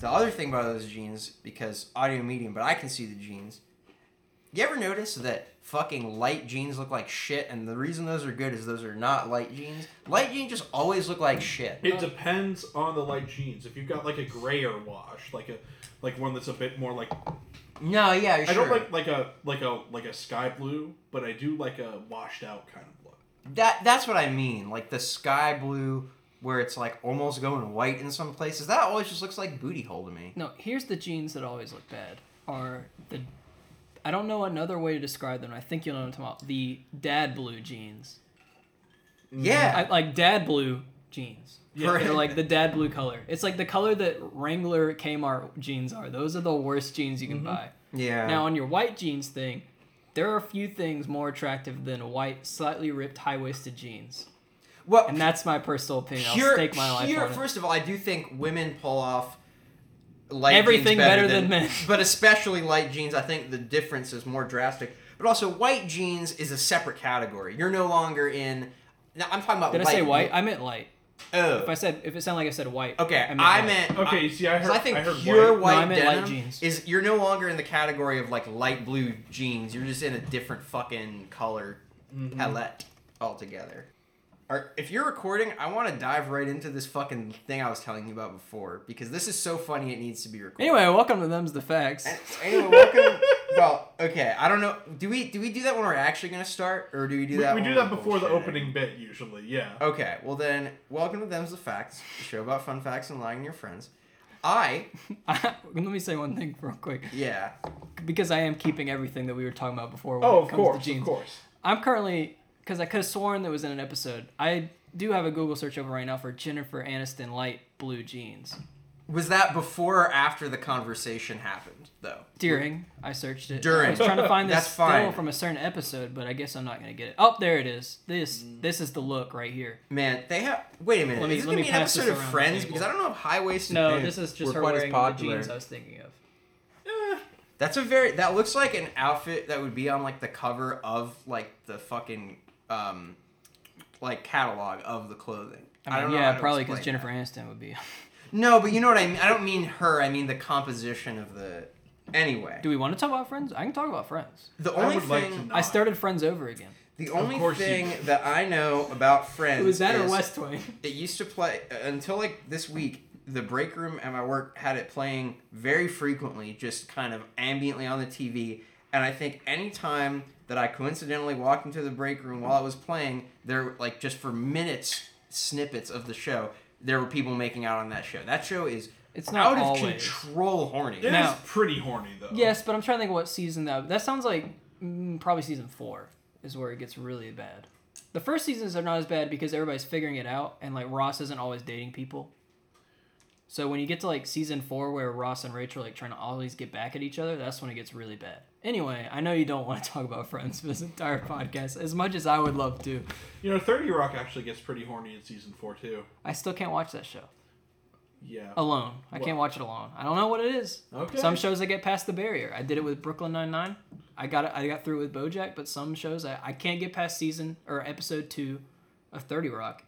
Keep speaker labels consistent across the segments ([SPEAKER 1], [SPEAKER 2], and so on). [SPEAKER 1] the other thing about those genes, because audio medium, but I can see the genes. You ever notice that fucking light jeans look like shit, and the reason those are good is those are not light jeans. Light jeans just always look like shit.
[SPEAKER 2] It depends on the light jeans. If you've got like a grayer wash, like a like one that's a bit more like
[SPEAKER 1] No, yeah, sure.
[SPEAKER 2] I don't like like a like a like a sky blue, but I do like a washed out kind of look.
[SPEAKER 1] that. That's what I mean. Like the sky blue, where it's like almost going white in some places. That always just looks like booty hole to me.
[SPEAKER 3] No, here's the genes that always look bad are the I don't know another way to describe them. I think you'll know what I'm talking about. The dad blue jeans. I,
[SPEAKER 2] Mm-hmm.
[SPEAKER 1] Yeah,
[SPEAKER 3] like dad blue jeans.
[SPEAKER 2] Yeah.
[SPEAKER 3] They're like the dad blue color. It's like the color that Wrangler Kmart jeans are. Those are the worst jeans you can buy.
[SPEAKER 1] Mm-hmm. yeah.
[SPEAKER 3] Now on your white jeans thing, there are a few things more attractive than white, slightly ripped, high waisted jeans.
[SPEAKER 1] well,
[SPEAKER 3] And that's my personal opinion. I'll
[SPEAKER 1] pure,
[SPEAKER 3] stake my life
[SPEAKER 1] pure-
[SPEAKER 3] on it.
[SPEAKER 1] First of all, I do think women pull off light jeans
[SPEAKER 3] Everything
[SPEAKER 1] better,
[SPEAKER 3] better than men.
[SPEAKER 1] but especially light jeans. I think the difference is more drastic. But also, white jeans is a separate category. You're no longer in. Now, I'm talking about.
[SPEAKER 3] Did I
[SPEAKER 1] light
[SPEAKER 3] say white? I meant light.
[SPEAKER 1] oh,
[SPEAKER 3] If I said if it sounded like I said white.
[SPEAKER 1] okay.
[SPEAKER 3] I meant.
[SPEAKER 1] I
[SPEAKER 3] light.
[SPEAKER 1] meant.
[SPEAKER 2] Okay, see, I
[SPEAKER 1] 'cause
[SPEAKER 2] heard
[SPEAKER 1] I think
[SPEAKER 2] heard
[SPEAKER 1] pure
[SPEAKER 2] white.
[SPEAKER 1] white,
[SPEAKER 3] white. No, I meant light
[SPEAKER 1] denim
[SPEAKER 3] jeans.
[SPEAKER 1] is you're no longer in the category of like light blue jeans. You're just in a different fucking color
[SPEAKER 3] Mm-hmm.
[SPEAKER 1] palette altogether. Are, if you're recording, I want to dive right into this fucking thing I was telling you about before because this is so funny. It needs to be recorded.
[SPEAKER 3] Anyway, welcome to them's the facts.
[SPEAKER 1] Anyway, welcome. well, okay. I don't know. Do we do we do that when we're actually gonna start, or do we do
[SPEAKER 2] We,
[SPEAKER 1] that?
[SPEAKER 2] we
[SPEAKER 1] when
[SPEAKER 2] do
[SPEAKER 1] we're
[SPEAKER 2] that before the
[SPEAKER 1] bullshitting?
[SPEAKER 2] opening bit usually, yeah.
[SPEAKER 1] Okay, well then, welcome to Them's the Facts, the show about fun facts and lying to your friends. I,
[SPEAKER 3] Let me say one thing real quick
[SPEAKER 1] yeah,
[SPEAKER 3] because I am keeping everything that we were talking about before. When
[SPEAKER 2] Oh,
[SPEAKER 3] it
[SPEAKER 2] of
[SPEAKER 3] comes
[SPEAKER 2] course,
[SPEAKER 3] to jeans.
[SPEAKER 2] of course.
[SPEAKER 3] I'm currently because I could have sworn that was in an episode. I do have a Google search over right now for Jennifer Aniston light blue jeans.
[SPEAKER 1] was that before or after the conversation happened though?
[SPEAKER 3] During I searched it.
[SPEAKER 1] During.
[SPEAKER 3] I was trying to find this
[SPEAKER 1] That's fine.
[SPEAKER 3] still from a certain episode, but I guess I'm not gonna get it. Oh, there it is. This this is the look right here.
[SPEAKER 1] Man, they have. Wait a minute.
[SPEAKER 3] Let me-
[SPEAKER 1] is this
[SPEAKER 3] let
[SPEAKER 1] gonna
[SPEAKER 3] me
[SPEAKER 1] be an
[SPEAKER 3] pass this
[SPEAKER 1] episode of
[SPEAKER 3] around the
[SPEAKER 1] Friends?
[SPEAKER 3] table.
[SPEAKER 1] Because I don't know if high waisted.
[SPEAKER 3] No, this is just
[SPEAKER 4] Were
[SPEAKER 3] her
[SPEAKER 4] quite as
[SPEAKER 3] wearing the
[SPEAKER 4] popular.
[SPEAKER 3] jeans I was thinking of.
[SPEAKER 1] That's a very. That looks like an outfit that would be on like the cover of like the fucking um, like catalog of the clothing.
[SPEAKER 3] I, mean,
[SPEAKER 1] don't know
[SPEAKER 3] yeah,
[SPEAKER 1] how to
[SPEAKER 3] probably
[SPEAKER 1] explain
[SPEAKER 3] because
[SPEAKER 1] that.
[SPEAKER 3] Jennifer Aniston would be.
[SPEAKER 1] No, but you know what I mean. I don't mean her. I mean the composition of the. Anyway,
[SPEAKER 3] Do we want to talk about Friends? I can talk about Friends.
[SPEAKER 1] the
[SPEAKER 2] I
[SPEAKER 1] only
[SPEAKER 2] would like to
[SPEAKER 1] thing
[SPEAKER 2] know.
[SPEAKER 3] I started Friends over again.
[SPEAKER 1] the only
[SPEAKER 2] course you
[SPEAKER 1] thing
[SPEAKER 2] do.
[SPEAKER 1] that I know about Friends is
[SPEAKER 3] Wing?
[SPEAKER 1] it used to play until like this week. The break room at my work had it playing very frequently, just kind of ambiently on the TV. And I think any time that I coincidentally walked into the break room while it was playing, there like just for minutes snippets of the show, there were people making out on that show. That show is
[SPEAKER 3] It's not
[SPEAKER 1] out of
[SPEAKER 3] always.
[SPEAKER 1] control horny.
[SPEAKER 2] It is
[SPEAKER 3] Now-
[SPEAKER 2] pretty horny though.
[SPEAKER 3] Yes, but I'm trying to think of what season that. That sounds like mm, probably season four is where it gets really bad. The first seasons are not as bad because everybody's figuring it out, and like Ross isn't always dating people. So when you get to like season four, where Ross and Rachel are like trying to always get back at each other, that's when it gets really bad. Anyway, I know you don't want to talk about Friends for this entire podcast, as much as I would love to.
[SPEAKER 2] You know, 30 Rock actually gets pretty horny in season 4 too.
[SPEAKER 3] I still can't watch that show.
[SPEAKER 2] Yeah.
[SPEAKER 3] alone. I can't watch it alone. I don't know what it is.
[SPEAKER 2] Okay.
[SPEAKER 3] Some shows I get past the barrier. I did it with Brooklyn Nine Nine. I got it. I got through it with BoJack, but some shows I, I can't get past season or episode two of Thirty Rock.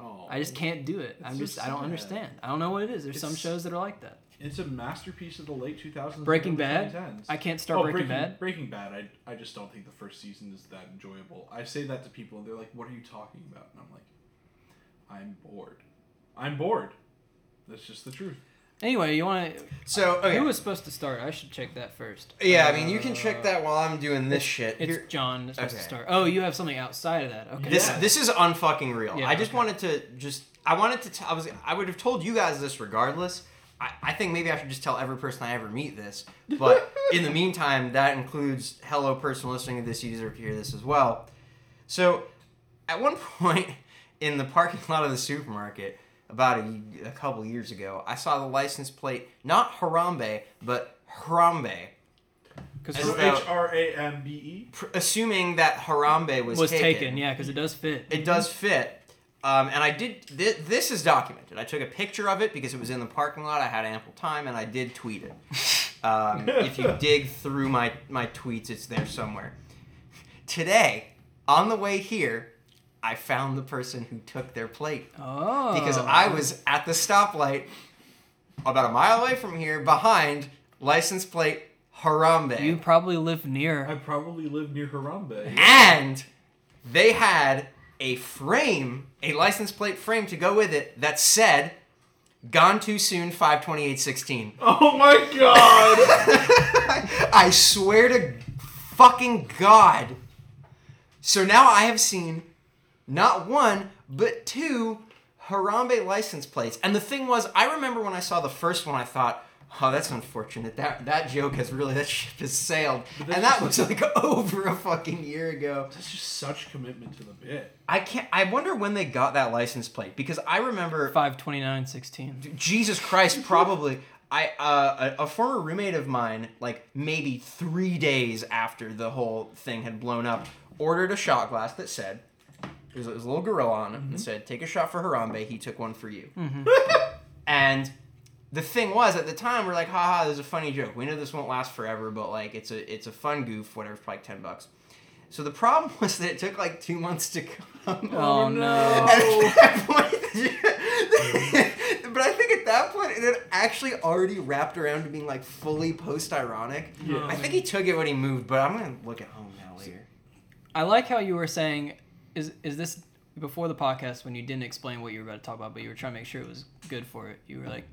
[SPEAKER 2] Oh.
[SPEAKER 3] I just can't do it. I'm
[SPEAKER 2] so
[SPEAKER 3] just I don't
[SPEAKER 2] sad.
[SPEAKER 3] understand. I don't know what it is. There's some
[SPEAKER 2] It's-
[SPEAKER 3] shows that are like that.
[SPEAKER 2] It's a masterpiece of the late 2000s. and
[SPEAKER 3] Breaking
[SPEAKER 2] early
[SPEAKER 3] Bad?
[SPEAKER 2] 2010s.
[SPEAKER 3] I can't
[SPEAKER 1] Oh,
[SPEAKER 3] start Breaking Bad.
[SPEAKER 2] Oh, Breaking Bad. I, I just don't think the first season is that enjoyable. I say that to people and they're like, "What are you talking about?" And I'm like, "I'm bored. I'm bored. That's just the truth."
[SPEAKER 3] Anyway, you want to?
[SPEAKER 1] So okay.
[SPEAKER 3] Who was supposed to start? I should check that first.
[SPEAKER 1] Yeah, I mean, you can check that while I'm doing this shit.
[SPEAKER 3] It's
[SPEAKER 1] Here-
[SPEAKER 3] John that's supposed to
[SPEAKER 1] Okay.
[SPEAKER 3] start. Oh, you have something outside of that. Okay.
[SPEAKER 1] this
[SPEAKER 2] Yeah.
[SPEAKER 1] this is unfucking real.
[SPEAKER 3] Yeah,
[SPEAKER 1] I just
[SPEAKER 3] okay.
[SPEAKER 1] wanted to just I wanted to t- I was I would have told you guys this regardless. I, I think maybe I should just tell every person I ever meet this. But in the meantime, that includes hello person listening to this. You deserve to hear this as well. So, at one point in the parking lot of the supermarket, about a, a couple years ago, I saw the license plate not Harambe but Harambe.
[SPEAKER 3] Because
[SPEAKER 1] As
[SPEAKER 2] So
[SPEAKER 1] the-
[SPEAKER 2] H R A M B E.
[SPEAKER 1] pr- assuming that Harambe was,
[SPEAKER 3] was
[SPEAKER 1] taken,
[SPEAKER 3] taken. Yeah, because it does fit.
[SPEAKER 1] it does fit. Um, and I did. Th- this is documented. I took a picture of it because it was in the parking lot. I had ample time, and I did tweet it. Um, if you dig through my my tweets, it's there somewhere. Today, on the way here, I found the person who took their plate
[SPEAKER 3] oh.
[SPEAKER 1] because I was at the stoplight about a mile away from here, behind license plate Harambe.
[SPEAKER 3] You probably live near.
[SPEAKER 2] I probably live near Harambe.
[SPEAKER 1] and they had a frame, a license plate frame to go with it that said "Gone too soon, 52816."
[SPEAKER 2] Oh my god!
[SPEAKER 1] I swear to fucking God. So now I have seen not one, but two Harambe license plates. And the thing was, I remember when I saw the first one, I thought, oh, that's unfortunate. That that joke has really, that ship has sailed.
[SPEAKER 2] that's
[SPEAKER 1] And that was
[SPEAKER 2] just
[SPEAKER 1] like over a fucking year ago.
[SPEAKER 2] That's just such commitment to the bit.
[SPEAKER 1] I can't, I wonder when they got that license plate because I remember
[SPEAKER 3] 52916.
[SPEAKER 1] Jesus Christ, probably. I uh, a, a former roommate of mine, like maybe three days after the whole thing had blown up, ordered a shot glass that said, "It was, it was a little gorilla on it that said, take a shot for Harambe. He took one for you."
[SPEAKER 3] Mm-hmm.
[SPEAKER 1] and the thing was, at the time, we're like, "Ha ha, this is a funny joke. We know this won't last forever, but like, it's a it's a fun goof. Whatever, it's probably ten bucks." So the problem was that it took like two months to come.
[SPEAKER 3] Oh, no.
[SPEAKER 1] And at that point, but I think at that point it had actually already wrapped around to being like fully post ironic.
[SPEAKER 2] Yeah.
[SPEAKER 1] I think he took it when he moved, but I'm gonna look at home now later.
[SPEAKER 3] I like how you were saying, is is this before the podcast when you didn't explain what you were about to talk about, but you were trying to make sure it was good for it. You were like,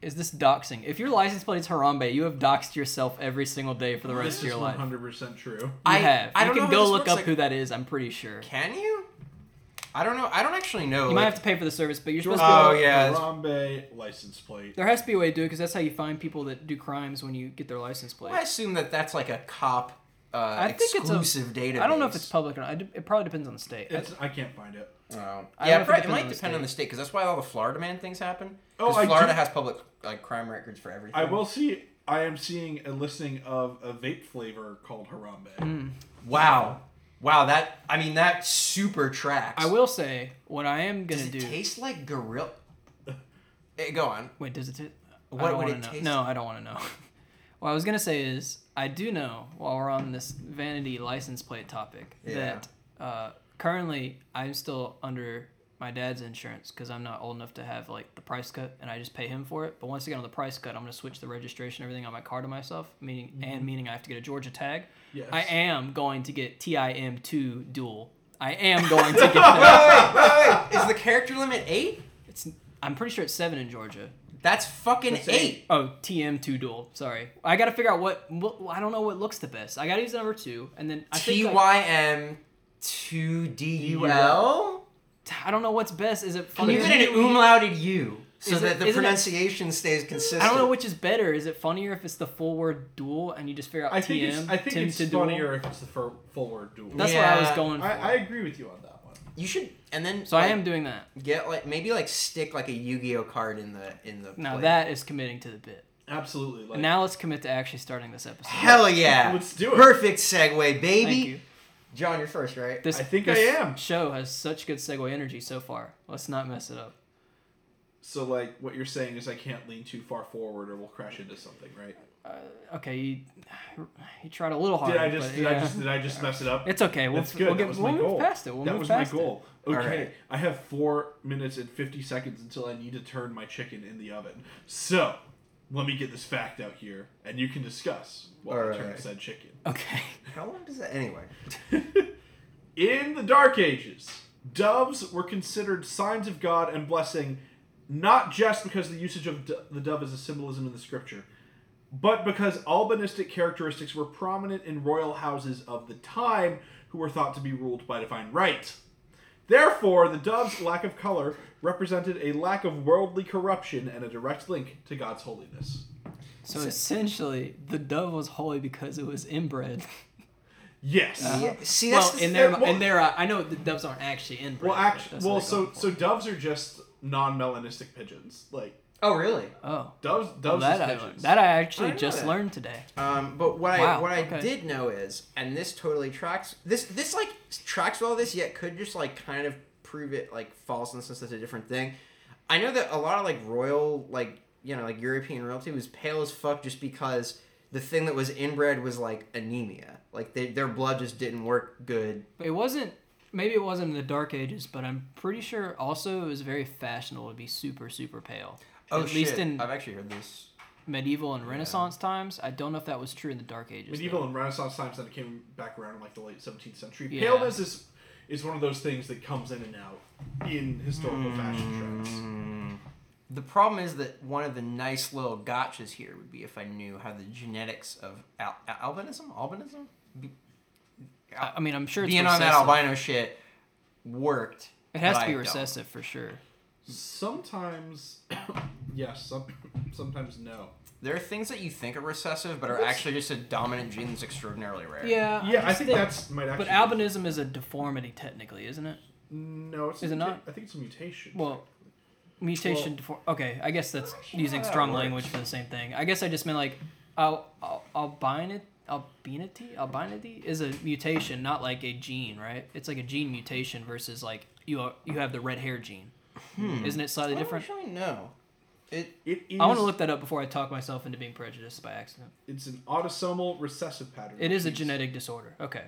[SPEAKER 3] is this doxing? If your license plate is Harambe, you have doxed yourself every single day for the rest
[SPEAKER 2] This
[SPEAKER 3] of
[SPEAKER 2] is
[SPEAKER 3] your life. You
[SPEAKER 2] 100% true.
[SPEAKER 1] I-
[SPEAKER 3] have.
[SPEAKER 1] I
[SPEAKER 3] you
[SPEAKER 1] don't know
[SPEAKER 3] can
[SPEAKER 1] how
[SPEAKER 3] go
[SPEAKER 1] this
[SPEAKER 3] look
[SPEAKER 1] works,
[SPEAKER 3] up
[SPEAKER 1] like-
[SPEAKER 3] who that is. I'm pretty sure.
[SPEAKER 1] Can you? I don't know. I don't actually know.
[SPEAKER 3] You might
[SPEAKER 1] like-
[SPEAKER 3] have to pay for the service, but you're supposed to.
[SPEAKER 1] Oh, yeah.
[SPEAKER 2] Harambe license plate.
[SPEAKER 3] There has to be a way to do it because that's how you find people that do crimes when you get their license plate.
[SPEAKER 1] I assume that that's like a cop uh,
[SPEAKER 3] I think it's a-
[SPEAKER 1] exclusive database.
[SPEAKER 3] I don't know if it's public or not. I d- It probably depends on the state. I-
[SPEAKER 2] It's, I can't find it.
[SPEAKER 1] Oh.
[SPEAKER 3] I
[SPEAKER 1] Yeah,
[SPEAKER 3] don't know if it
[SPEAKER 1] probably- it,
[SPEAKER 3] depends
[SPEAKER 1] might
[SPEAKER 3] on the
[SPEAKER 1] depend on
[SPEAKER 3] state.
[SPEAKER 1] the state because that's why all the Florida man things happen.
[SPEAKER 2] Oh,
[SPEAKER 1] Because
[SPEAKER 2] I do-
[SPEAKER 1] Florida has public like crime records for everything.
[SPEAKER 2] I will see. I am seeing a listing of a vape flavor called Harambe.
[SPEAKER 3] Mm,
[SPEAKER 1] Wow, wow, that I mean that super tracks.
[SPEAKER 3] I will say what I am gonna
[SPEAKER 1] Does it
[SPEAKER 3] do.
[SPEAKER 1] taste like gorilla? Eh, go on.
[SPEAKER 3] Wait, does it? T- I
[SPEAKER 1] What
[SPEAKER 3] don't
[SPEAKER 1] would
[SPEAKER 3] wanna
[SPEAKER 1] it
[SPEAKER 3] know.
[SPEAKER 1] taste
[SPEAKER 3] No, I don't want to know. what I was gonna say is I do know while we're on this vanity license plate topic
[SPEAKER 1] Yeah.
[SPEAKER 3] that uh, currently I'm still under my dad's insurance because I'm not old enough to have like the price cut and I just pay him for it. But once I get on the price cut, I'm gonna switch the registration and everything on my car to myself, meaning
[SPEAKER 1] Mm-hmm.
[SPEAKER 3] and meaning I have to get a Georgia tag.
[SPEAKER 2] Yes.
[SPEAKER 3] I am going to get TIM two dual. I am going to get that.
[SPEAKER 1] Wait, wait, wait. Is the character limit eight?
[SPEAKER 3] It's, I'm pretty sure it's seven in Georgia.
[SPEAKER 1] That's fucking
[SPEAKER 2] That's
[SPEAKER 1] eight.
[SPEAKER 2] eight.
[SPEAKER 3] Oh, TM2 dual. Sorry. I got to figure out what, what I don't know what looks the best. I got to use the number 2 and then I
[SPEAKER 1] T
[SPEAKER 3] think like,
[SPEAKER 1] Y M two D U L.
[SPEAKER 3] I don't know what's best. Is it
[SPEAKER 1] Can you
[SPEAKER 3] funnier?
[SPEAKER 1] get an umlauted U so
[SPEAKER 3] Is it-
[SPEAKER 1] that the
[SPEAKER 3] isn't it-
[SPEAKER 1] pronunciation stays consistent?
[SPEAKER 3] I don't know which is better. Is it funnier if it's the full word dual and you just figure out
[SPEAKER 2] I
[SPEAKER 3] TM?
[SPEAKER 2] think it's, I think
[SPEAKER 3] Tim
[SPEAKER 2] it's
[SPEAKER 3] to dual?
[SPEAKER 2] funnier if it's the fir- full word duel.
[SPEAKER 3] That's what I was
[SPEAKER 1] Yeah.
[SPEAKER 3] going for.
[SPEAKER 2] I, I agree with you on that one.
[SPEAKER 1] You should, and then
[SPEAKER 3] so I
[SPEAKER 1] like,
[SPEAKER 3] am doing that.
[SPEAKER 1] get like maybe like stick like a Yu Gi Oh card in the in the.
[SPEAKER 3] Now
[SPEAKER 1] plate.
[SPEAKER 3] that is committing to the bit.
[SPEAKER 2] Absolutely. Like,
[SPEAKER 3] And now let's commit to actually starting this episode.
[SPEAKER 1] Hell yeah!
[SPEAKER 2] Let's do it.
[SPEAKER 1] Perfect segue, baby.
[SPEAKER 3] Thank you.
[SPEAKER 1] John, you're first, right?
[SPEAKER 3] This,
[SPEAKER 2] I think
[SPEAKER 3] this
[SPEAKER 2] I am.
[SPEAKER 3] show has such good segue energy so far. Let's not mess it up.
[SPEAKER 2] so like what you're saying is I can't lean too far forward or we'll crash into something, right?
[SPEAKER 3] Okay, you, you tried a little harder.
[SPEAKER 2] Did I just
[SPEAKER 3] but
[SPEAKER 2] did
[SPEAKER 3] yeah.
[SPEAKER 2] I just did I just mess it up?
[SPEAKER 3] It's okay. We'll,
[SPEAKER 2] That's good.
[SPEAKER 3] we'll
[SPEAKER 2] that
[SPEAKER 3] get
[SPEAKER 2] was my
[SPEAKER 3] we'll move
[SPEAKER 2] goal.
[SPEAKER 3] past it. We'll
[SPEAKER 2] that
[SPEAKER 3] move
[SPEAKER 2] was
[SPEAKER 3] past
[SPEAKER 2] my goal.
[SPEAKER 1] All
[SPEAKER 2] Okay,
[SPEAKER 1] right.
[SPEAKER 2] I have four minutes and fifty seconds until I need to turn my chicken in the oven. So let me get this fact out here, and you can discuss while
[SPEAKER 1] All
[SPEAKER 2] I turn
[SPEAKER 1] right.
[SPEAKER 2] said chicken.
[SPEAKER 3] It. Okay.
[SPEAKER 1] How long does that anyway?
[SPEAKER 2] In the Dark Ages, doves were considered signs of God and blessing, not just because the usage of do- the dove is a symbolism in the scripture, but because albinistic characteristics were prominent in royal houses of the time who were thought to be ruled by divine right. Therefore, the dove's lack of color represented a lack of worldly corruption and a direct link to God's holiness.
[SPEAKER 3] So essentially, the dove was holy because it was inbred.
[SPEAKER 2] Yes.
[SPEAKER 1] Yeah, See, that's
[SPEAKER 3] Uh-huh. Well,
[SPEAKER 1] the
[SPEAKER 3] in their
[SPEAKER 1] thing.
[SPEAKER 3] in their uh, I know the doves aren't actually inbred.
[SPEAKER 2] Well,
[SPEAKER 3] but
[SPEAKER 2] actually,
[SPEAKER 3] that's
[SPEAKER 2] well,
[SPEAKER 3] what they're
[SPEAKER 2] so
[SPEAKER 3] going for.
[SPEAKER 2] so doves are just non-melanistic pigeons. Like
[SPEAKER 1] Oh, really?
[SPEAKER 3] oh,
[SPEAKER 2] doves, doves
[SPEAKER 3] well, that
[SPEAKER 2] is
[SPEAKER 3] I,
[SPEAKER 2] pigeons.
[SPEAKER 3] that I
[SPEAKER 1] I
[SPEAKER 3] actually
[SPEAKER 1] didn't know
[SPEAKER 3] just
[SPEAKER 1] that.
[SPEAKER 3] learned today.
[SPEAKER 1] Um, but what I
[SPEAKER 3] Wow,
[SPEAKER 1] what I
[SPEAKER 3] okay.
[SPEAKER 1] did know is, and this totally tracks this this like tracks with all this, yet could just like kind of prove it like false in the sense that's a different thing. I know that a lot of like royal like you know like European royalty was pale as fuck just because the thing that was inbred was like anemia, like they, their blood just didn't work good.
[SPEAKER 3] But it wasn't. Maybe it wasn't in the Dark Ages, but I'm pretty sure also it was very fashionable to be super super pale.
[SPEAKER 1] Oh
[SPEAKER 3] at
[SPEAKER 1] shit!
[SPEAKER 3] least in
[SPEAKER 1] I've actually heard this.
[SPEAKER 3] medieval and Renaissance times. I don't know if that was true in the Dark Ages. though.
[SPEAKER 2] medieval and Renaissance times then it came back around in like the late 17th century.
[SPEAKER 3] Yeah.
[SPEAKER 2] Paleness is is one of those things that comes in and out in historical
[SPEAKER 3] Mm.
[SPEAKER 2] fashion trends.
[SPEAKER 1] The problem is that one of the nice little gotchas here would be if I knew how the genetics of al- al- albinism, albinism, Be-
[SPEAKER 3] I, I mean, I'm sure it's
[SPEAKER 1] being on
[SPEAKER 3] recessive.
[SPEAKER 1] that albino shit worked.
[SPEAKER 3] It has
[SPEAKER 1] but
[SPEAKER 3] to be
[SPEAKER 1] I don't.
[SPEAKER 3] recessive for sure.
[SPEAKER 2] Sometimes, yes. Some, sometimes no.
[SPEAKER 1] There are things that you think are recessive, but are
[SPEAKER 2] What's-
[SPEAKER 1] actually just a dominant gene that's extraordinarily rare.
[SPEAKER 3] Yeah.
[SPEAKER 2] Yeah, I,
[SPEAKER 3] just
[SPEAKER 2] think that's might actually.
[SPEAKER 3] But albinism is a deformity, technically, isn't it?
[SPEAKER 2] No, it's
[SPEAKER 3] Is
[SPEAKER 2] a
[SPEAKER 3] it
[SPEAKER 2] muta-
[SPEAKER 3] not?
[SPEAKER 2] I think it's a mutation.
[SPEAKER 3] Well, mutation. defor- okay, I guess that's using
[SPEAKER 1] how that
[SPEAKER 3] strong
[SPEAKER 1] works.
[SPEAKER 3] language for the same thing. I guess I just meant like al- al- albinit albinity albinity is a mutation, not like a gene, right? It's like a gene mutation versus like you are, you have the red hair gene.
[SPEAKER 2] Hmm.
[SPEAKER 3] Isn't it
[SPEAKER 1] I
[SPEAKER 3] slightly
[SPEAKER 1] don't
[SPEAKER 3] different?
[SPEAKER 1] actually know. It
[SPEAKER 2] it is.
[SPEAKER 3] I want to look that up before I talk myself into being prejudiced by accident.
[SPEAKER 2] It's an autosomal recessive pattern.
[SPEAKER 3] It is a
[SPEAKER 2] genes.
[SPEAKER 3] genetic disorder. Okay.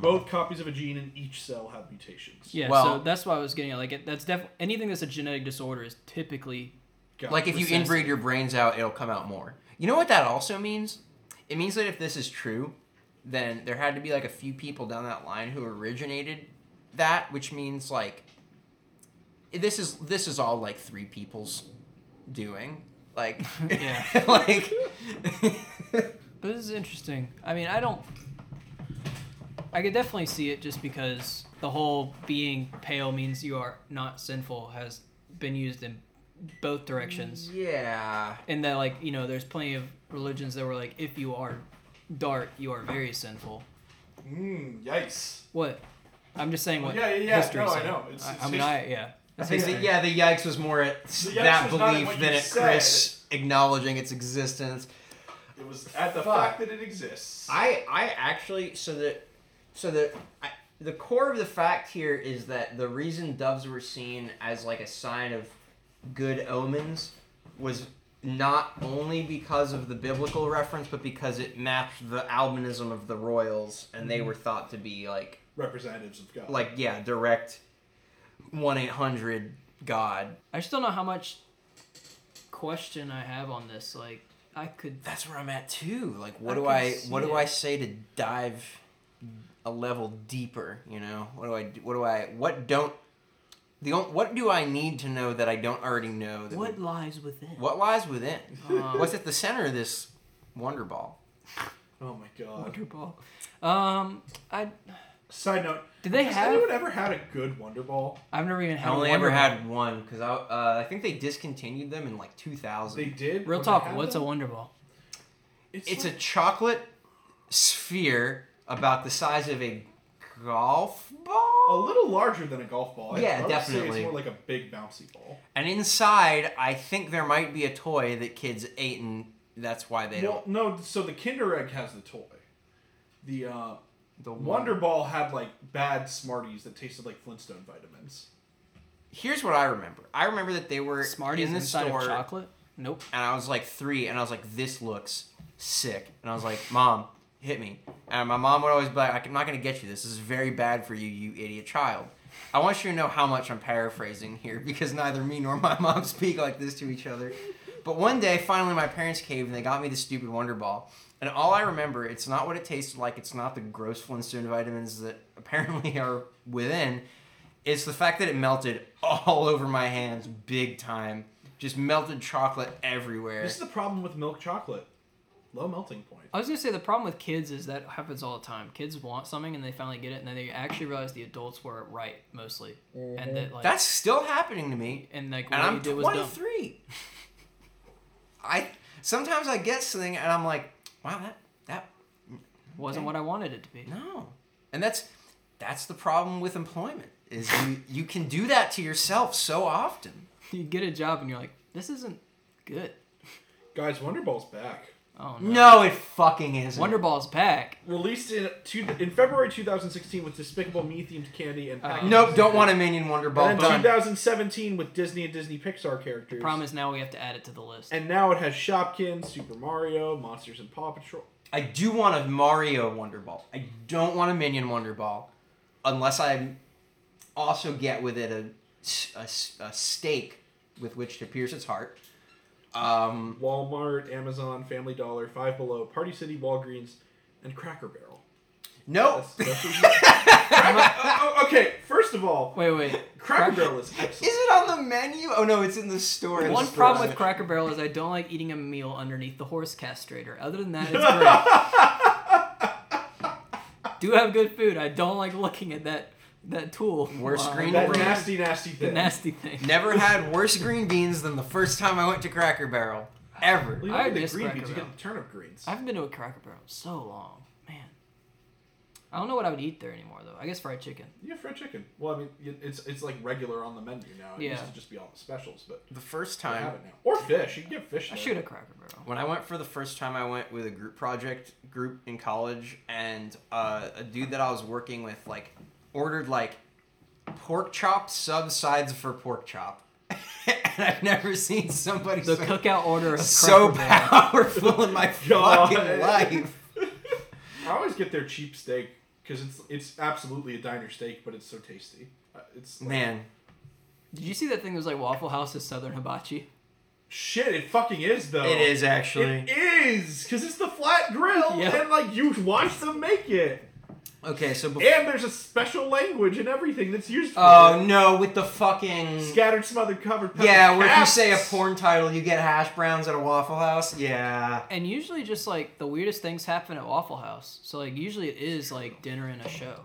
[SPEAKER 2] Both copies of a gene in each cell have mutations.
[SPEAKER 3] Yeah,
[SPEAKER 1] Well-
[SPEAKER 3] so that's why I was getting at. Like, it, that's definitely anything that's a genetic disorder is typically
[SPEAKER 2] Got
[SPEAKER 1] Like if you
[SPEAKER 3] Recessive.
[SPEAKER 1] inbreed your brains out, it'll come out more. You know what that also means? It means that if this is true, then there had to be like a few people down that line who originated that, which means like this is this is all like three people's doing. Like
[SPEAKER 3] Yeah.
[SPEAKER 1] like
[SPEAKER 3] But this is interesting. I mean, I don't. I could definitely see it just because the whole being pale means you are not sinful has been used in both directions.
[SPEAKER 1] Yeah.
[SPEAKER 3] And that, like, you know, there's plenty of religions that were like, if you are dark, you are very sinful.
[SPEAKER 2] Mm, yikes.
[SPEAKER 3] What? I'm just saying what
[SPEAKER 2] Yeah, yeah, yeah.
[SPEAKER 3] history
[SPEAKER 2] No, I
[SPEAKER 3] said.
[SPEAKER 2] know. It's-
[SPEAKER 3] I,
[SPEAKER 2] it's
[SPEAKER 3] I mean,
[SPEAKER 2] his-
[SPEAKER 3] I yeah.
[SPEAKER 1] I
[SPEAKER 3] That's
[SPEAKER 1] think
[SPEAKER 3] history.
[SPEAKER 1] that, yeah, the yikes was more at
[SPEAKER 2] yikes
[SPEAKER 1] that
[SPEAKER 2] was not at
[SPEAKER 1] belief
[SPEAKER 2] what
[SPEAKER 1] than
[SPEAKER 2] you
[SPEAKER 1] at Chris acknowledging its existence.
[SPEAKER 2] It was at the
[SPEAKER 1] Fuck.
[SPEAKER 2] fact that it exists.
[SPEAKER 1] I I actually so the so the I, the core of the fact here is that the reason doves were seen as like a sign of good omens was not only because of the biblical reference but because it matched the albinism of the royals and they were thought to be like
[SPEAKER 2] Representatives of God.
[SPEAKER 1] like yeah direct 1-800 god
[SPEAKER 3] I just don't know how much question I have on this. Like, I could
[SPEAKER 1] that's where i'm at too like what
[SPEAKER 3] I
[SPEAKER 1] do
[SPEAKER 3] can
[SPEAKER 1] i
[SPEAKER 3] see
[SPEAKER 1] what do
[SPEAKER 3] it.
[SPEAKER 1] i say to dive a level deeper you know what do i do- what do i what don't the on- what do i need to know that i don't already know that
[SPEAKER 3] what
[SPEAKER 1] would-
[SPEAKER 3] lies within?
[SPEAKER 1] what lies within
[SPEAKER 3] Um,
[SPEAKER 1] what's at the center of this wonder ball
[SPEAKER 2] oh my god.
[SPEAKER 3] Wonder Ball. Um, I
[SPEAKER 2] Side note.
[SPEAKER 3] did they
[SPEAKER 2] has
[SPEAKER 3] have?
[SPEAKER 2] anyone ever had a good Wonder Ball?
[SPEAKER 3] I've never even had.
[SPEAKER 1] i only
[SPEAKER 3] Wonder
[SPEAKER 1] ever
[SPEAKER 3] Ball.
[SPEAKER 1] had one because i uh, i think they discontinued them in like 2000
[SPEAKER 2] They did. when
[SPEAKER 3] Real
[SPEAKER 2] they
[SPEAKER 3] talk.
[SPEAKER 2] had
[SPEAKER 3] What's
[SPEAKER 2] them?
[SPEAKER 3] a Wonder Ball?
[SPEAKER 1] it's a
[SPEAKER 2] like-
[SPEAKER 1] chocolate sphere about the size of a golf ball
[SPEAKER 2] a little larger than a golf ball. I-
[SPEAKER 1] Yeah,
[SPEAKER 2] I would Say
[SPEAKER 1] definitely.
[SPEAKER 2] it's more like a big bouncy ball.
[SPEAKER 1] And inside, I think there might be a toy that kids ate, and that's why they
[SPEAKER 2] Well, no. So the Kinder Egg has the toy. The uh,
[SPEAKER 1] don't. The
[SPEAKER 2] Wonder Ball had like bad Smarties that tasted like Flintstone vitamins.
[SPEAKER 1] Here's what I remember. I remember that they were
[SPEAKER 3] Smarties
[SPEAKER 1] in the
[SPEAKER 3] inside
[SPEAKER 1] store,
[SPEAKER 3] of chocolate? Nope.
[SPEAKER 1] and I was like three, and I was like, "This looks sick," and I was like, "Mom, hit me." And my mom would always be like, "I'm not gonna get you. This is very bad for you, you idiot child." I want you to know how much I'm paraphrasing here because neither me nor my mom speak like this to each other. But one day, finally, my parents caved and they got me the stupid Wonder Ball. And all I remember, it's not what it tasted like. It's not the gross Flintstone vitamins that apparently are within. It's the fact that it melted all over my hands, big time. Just melted chocolate everywhere.
[SPEAKER 2] This is the problem with milk chocolate. Low melting point.
[SPEAKER 3] I was gonna say the problem with kids is that happens all the time. Kids want something and they finally get it, and then they actually realize the adults were right mostly, and that like
[SPEAKER 1] That's still happening to me,
[SPEAKER 3] and like what
[SPEAKER 1] and
[SPEAKER 3] you
[SPEAKER 1] I'm
[SPEAKER 3] did was dumb.
[SPEAKER 1] 23. I sometimes I get something and I'm like, wow, that that
[SPEAKER 3] Wasn't what I wanted it to be.
[SPEAKER 1] No, and that's that's the problem with employment is you you can do that to yourself so often.
[SPEAKER 3] You get a job and you're like, this isn't good.
[SPEAKER 2] Guys, Wonder Ball's back.
[SPEAKER 3] Oh no.
[SPEAKER 1] No, it fucking isn't.
[SPEAKER 3] Wonder Ball's back.
[SPEAKER 2] Released in two, in February 2016 with Despicable Me themed candy
[SPEAKER 3] Uh,
[SPEAKER 2] and packaging.
[SPEAKER 1] Nope, don't want a minion Wonder Ball.
[SPEAKER 2] And then
[SPEAKER 1] Done.
[SPEAKER 2] 2017 with Disney and Disney Pixar characters.
[SPEAKER 3] Promise now we have to add it to the list.
[SPEAKER 2] And now it has Shopkins, Super Mario, Monsters and Paw Patrol.
[SPEAKER 1] I do want a Mario Wonder Ball. I don't want a minion Wonder Ball, unless I also get with it a s- a s- a steak with which to pierce its heart. Um,
[SPEAKER 2] Walmart, Amazon, Family Dollar, Five Below, Party City, Walgreens, and Cracker Barrel.
[SPEAKER 1] no,
[SPEAKER 2] That's, that's what you- Uh, uh, okay, first of all,
[SPEAKER 3] Wait, wait.
[SPEAKER 2] Cracker
[SPEAKER 3] Crack-
[SPEAKER 2] Barrel is
[SPEAKER 1] is
[SPEAKER 2] excellent.
[SPEAKER 1] it on the menu? Oh no, it's in the store.
[SPEAKER 3] One
[SPEAKER 1] It's
[SPEAKER 3] problem
[SPEAKER 1] frozen.
[SPEAKER 3] with Cracker Barrel is I don't like eating a meal underneath the horse castrator. Other than that, it's great. Do have good food. I don't like looking at that that tool.
[SPEAKER 1] Worst
[SPEAKER 3] while I'm
[SPEAKER 1] green
[SPEAKER 2] That
[SPEAKER 3] eating
[SPEAKER 1] brand.
[SPEAKER 2] nasty, nasty
[SPEAKER 3] the
[SPEAKER 2] thing.
[SPEAKER 3] nasty thing.
[SPEAKER 1] Never had worse green beans than the first time I went to Cracker Barrel. Ever.
[SPEAKER 2] Well, you
[SPEAKER 3] I
[SPEAKER 2] don't get
[SPEAKER 3] miss
[SPEAKER 2] the green
[SPEAKER 3] Cracker
[SPEAKER 2] beans, you
[SPEAKER 3] Barrel.
[SPEAKER 2] get the turnip greens.
[SPEAKER 3] I haven't been to a Cracker Barrel in so long, man. I don't know what I would eat there anymore though. I guess fried chicken.
[SPEAKER 2] You have fried chicken. Well, I mean, y- it's it's like regular on the menu now. It used
[SPEAKER 3] Yeah.
[SPEAKER 2] to just be all the specials, but
[SPEAKER 1] The first
[SPEAKER 2] I
[SPEAKER 1] time
[SPEAKER 2] have it now. Or fish. You can get fish.
[SPEAKER 3] I
[SPEAKER 2] there.
[SPEAKER 3] shoot a Cracker Barrel.
[SPEAKER 1] when I went for the first time, I went with a group project group in college, and uh, a dude that I was working with like ordered like pork chop sub sides for pork chop, and I've never seen somebody
[SPEAKER 3] The
[SPEAKER 1] so,
[SPEAKER 3] cookout order of
[SPEAKER 1] so
[SPEAKER 3] Cracker Barrel.
[SPEAKER 1] powerful in my
[SPEAKER 2] God.
[SPEAKER 1] fucking life.
[SPEAKER 2] I always get their cheap steak because it's it's absolutely a diner steak, but it's so tasty. Uh, It's like,
[SPEAKER 1] Man,
[SPEAKER 3] Did you see that thing that was like Waffle House's Southern Hibachi?
[SPEAKER 2] shit. It fucking is though.
[SPEAKER 1] it is actually
[SPEAKER 2] It is because it's the flat grill,
[SPEAKER 3] Yeah.
[SPEAKER 2] and like you watch them make it,
[SPEAKER 1] okay. So before,
[SPEAKER 2] and there's a special language and everything that's used. For
[SPEAKER 1] oh
[SPEAKER 2] it.
[SPEAKER 1] no, with the fucking
[SPEAKER 2] Scattered, smothered, covered. pepper
[SPEAKER 1] yeah, where if you
[SPEAKER 2] caps.
[SPEAKER 1] say a porn title, you get hash browns at a Waffle House. Yeah.
[SPEAKER 3] And usually, just like the weirdest things happen at Waffle House. So like usually it is like dinner and a show,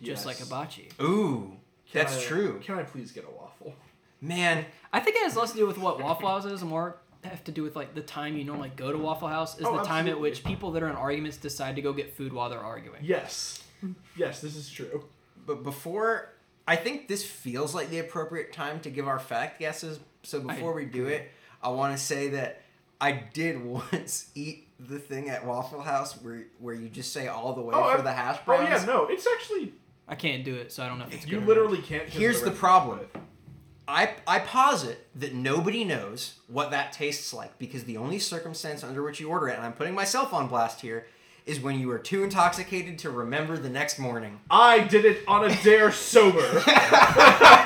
[SPEAKER 2] Yes.
[SPEAKER 3] just like hibachi.
[SPEAKER 1] Ooh,
[SPEAKER 2] Can
[SPEAKER 1] that's
[SPEAKER 2] I-
[SPEAKER 1] true,
[SPEAKER 2] Can I please get a waffle?
[SPEAKER 1] man.
[SPEAKER 3] I think it has less to do with what Waffle House is, and more have to do with like the time you normally go to Waffle House is
[SPEAKER 2] Oh,
[SPEAKER 3] the time at
[SPEAKER 2] absolutely.
[SPEAKER 3] which people that are in arguments decide to go get food while they're arguing.
[SPEAKER 2] Yes, yes, this is true.
[SPEAKER 1] But before, I think this feels like the appropriate time to give our fact guesses. So before we do it, I want to say that I did once eat the thing at Waffle House where where you just say all the way
[SPEAKER 2] Oh,
[SPEAKER 1] for
[SPEAKER 2] I-
[SPEAKER 1] the hash
[SPEAKER 2] Oh
[SPEAKER 1] browns.
[SPEAKER 2] yeah, no, it's actually
[SPEAKER 3] I can't do it, so I don't know if it's
[SPEAKER 2] you
[SPEAKER 3] good. or
[SPEAKER 2] literally can't. 'cause
[SPEAKER 1] Here's
[SPEAKER 2] of
[SPEAKER 1] the
[SPEAKER 2] recipe,
[SPEAKER 1] problem.
[SPEAKER 2] but-
[SPEAKER 1] I, I posit that nobody knows what that tastes like because the only circumstance under which you order it, and I'm putting myself on blast here, is when you are too intoxicated to remember the next morning.
[SPEAKER 2] I did it on a dare sober.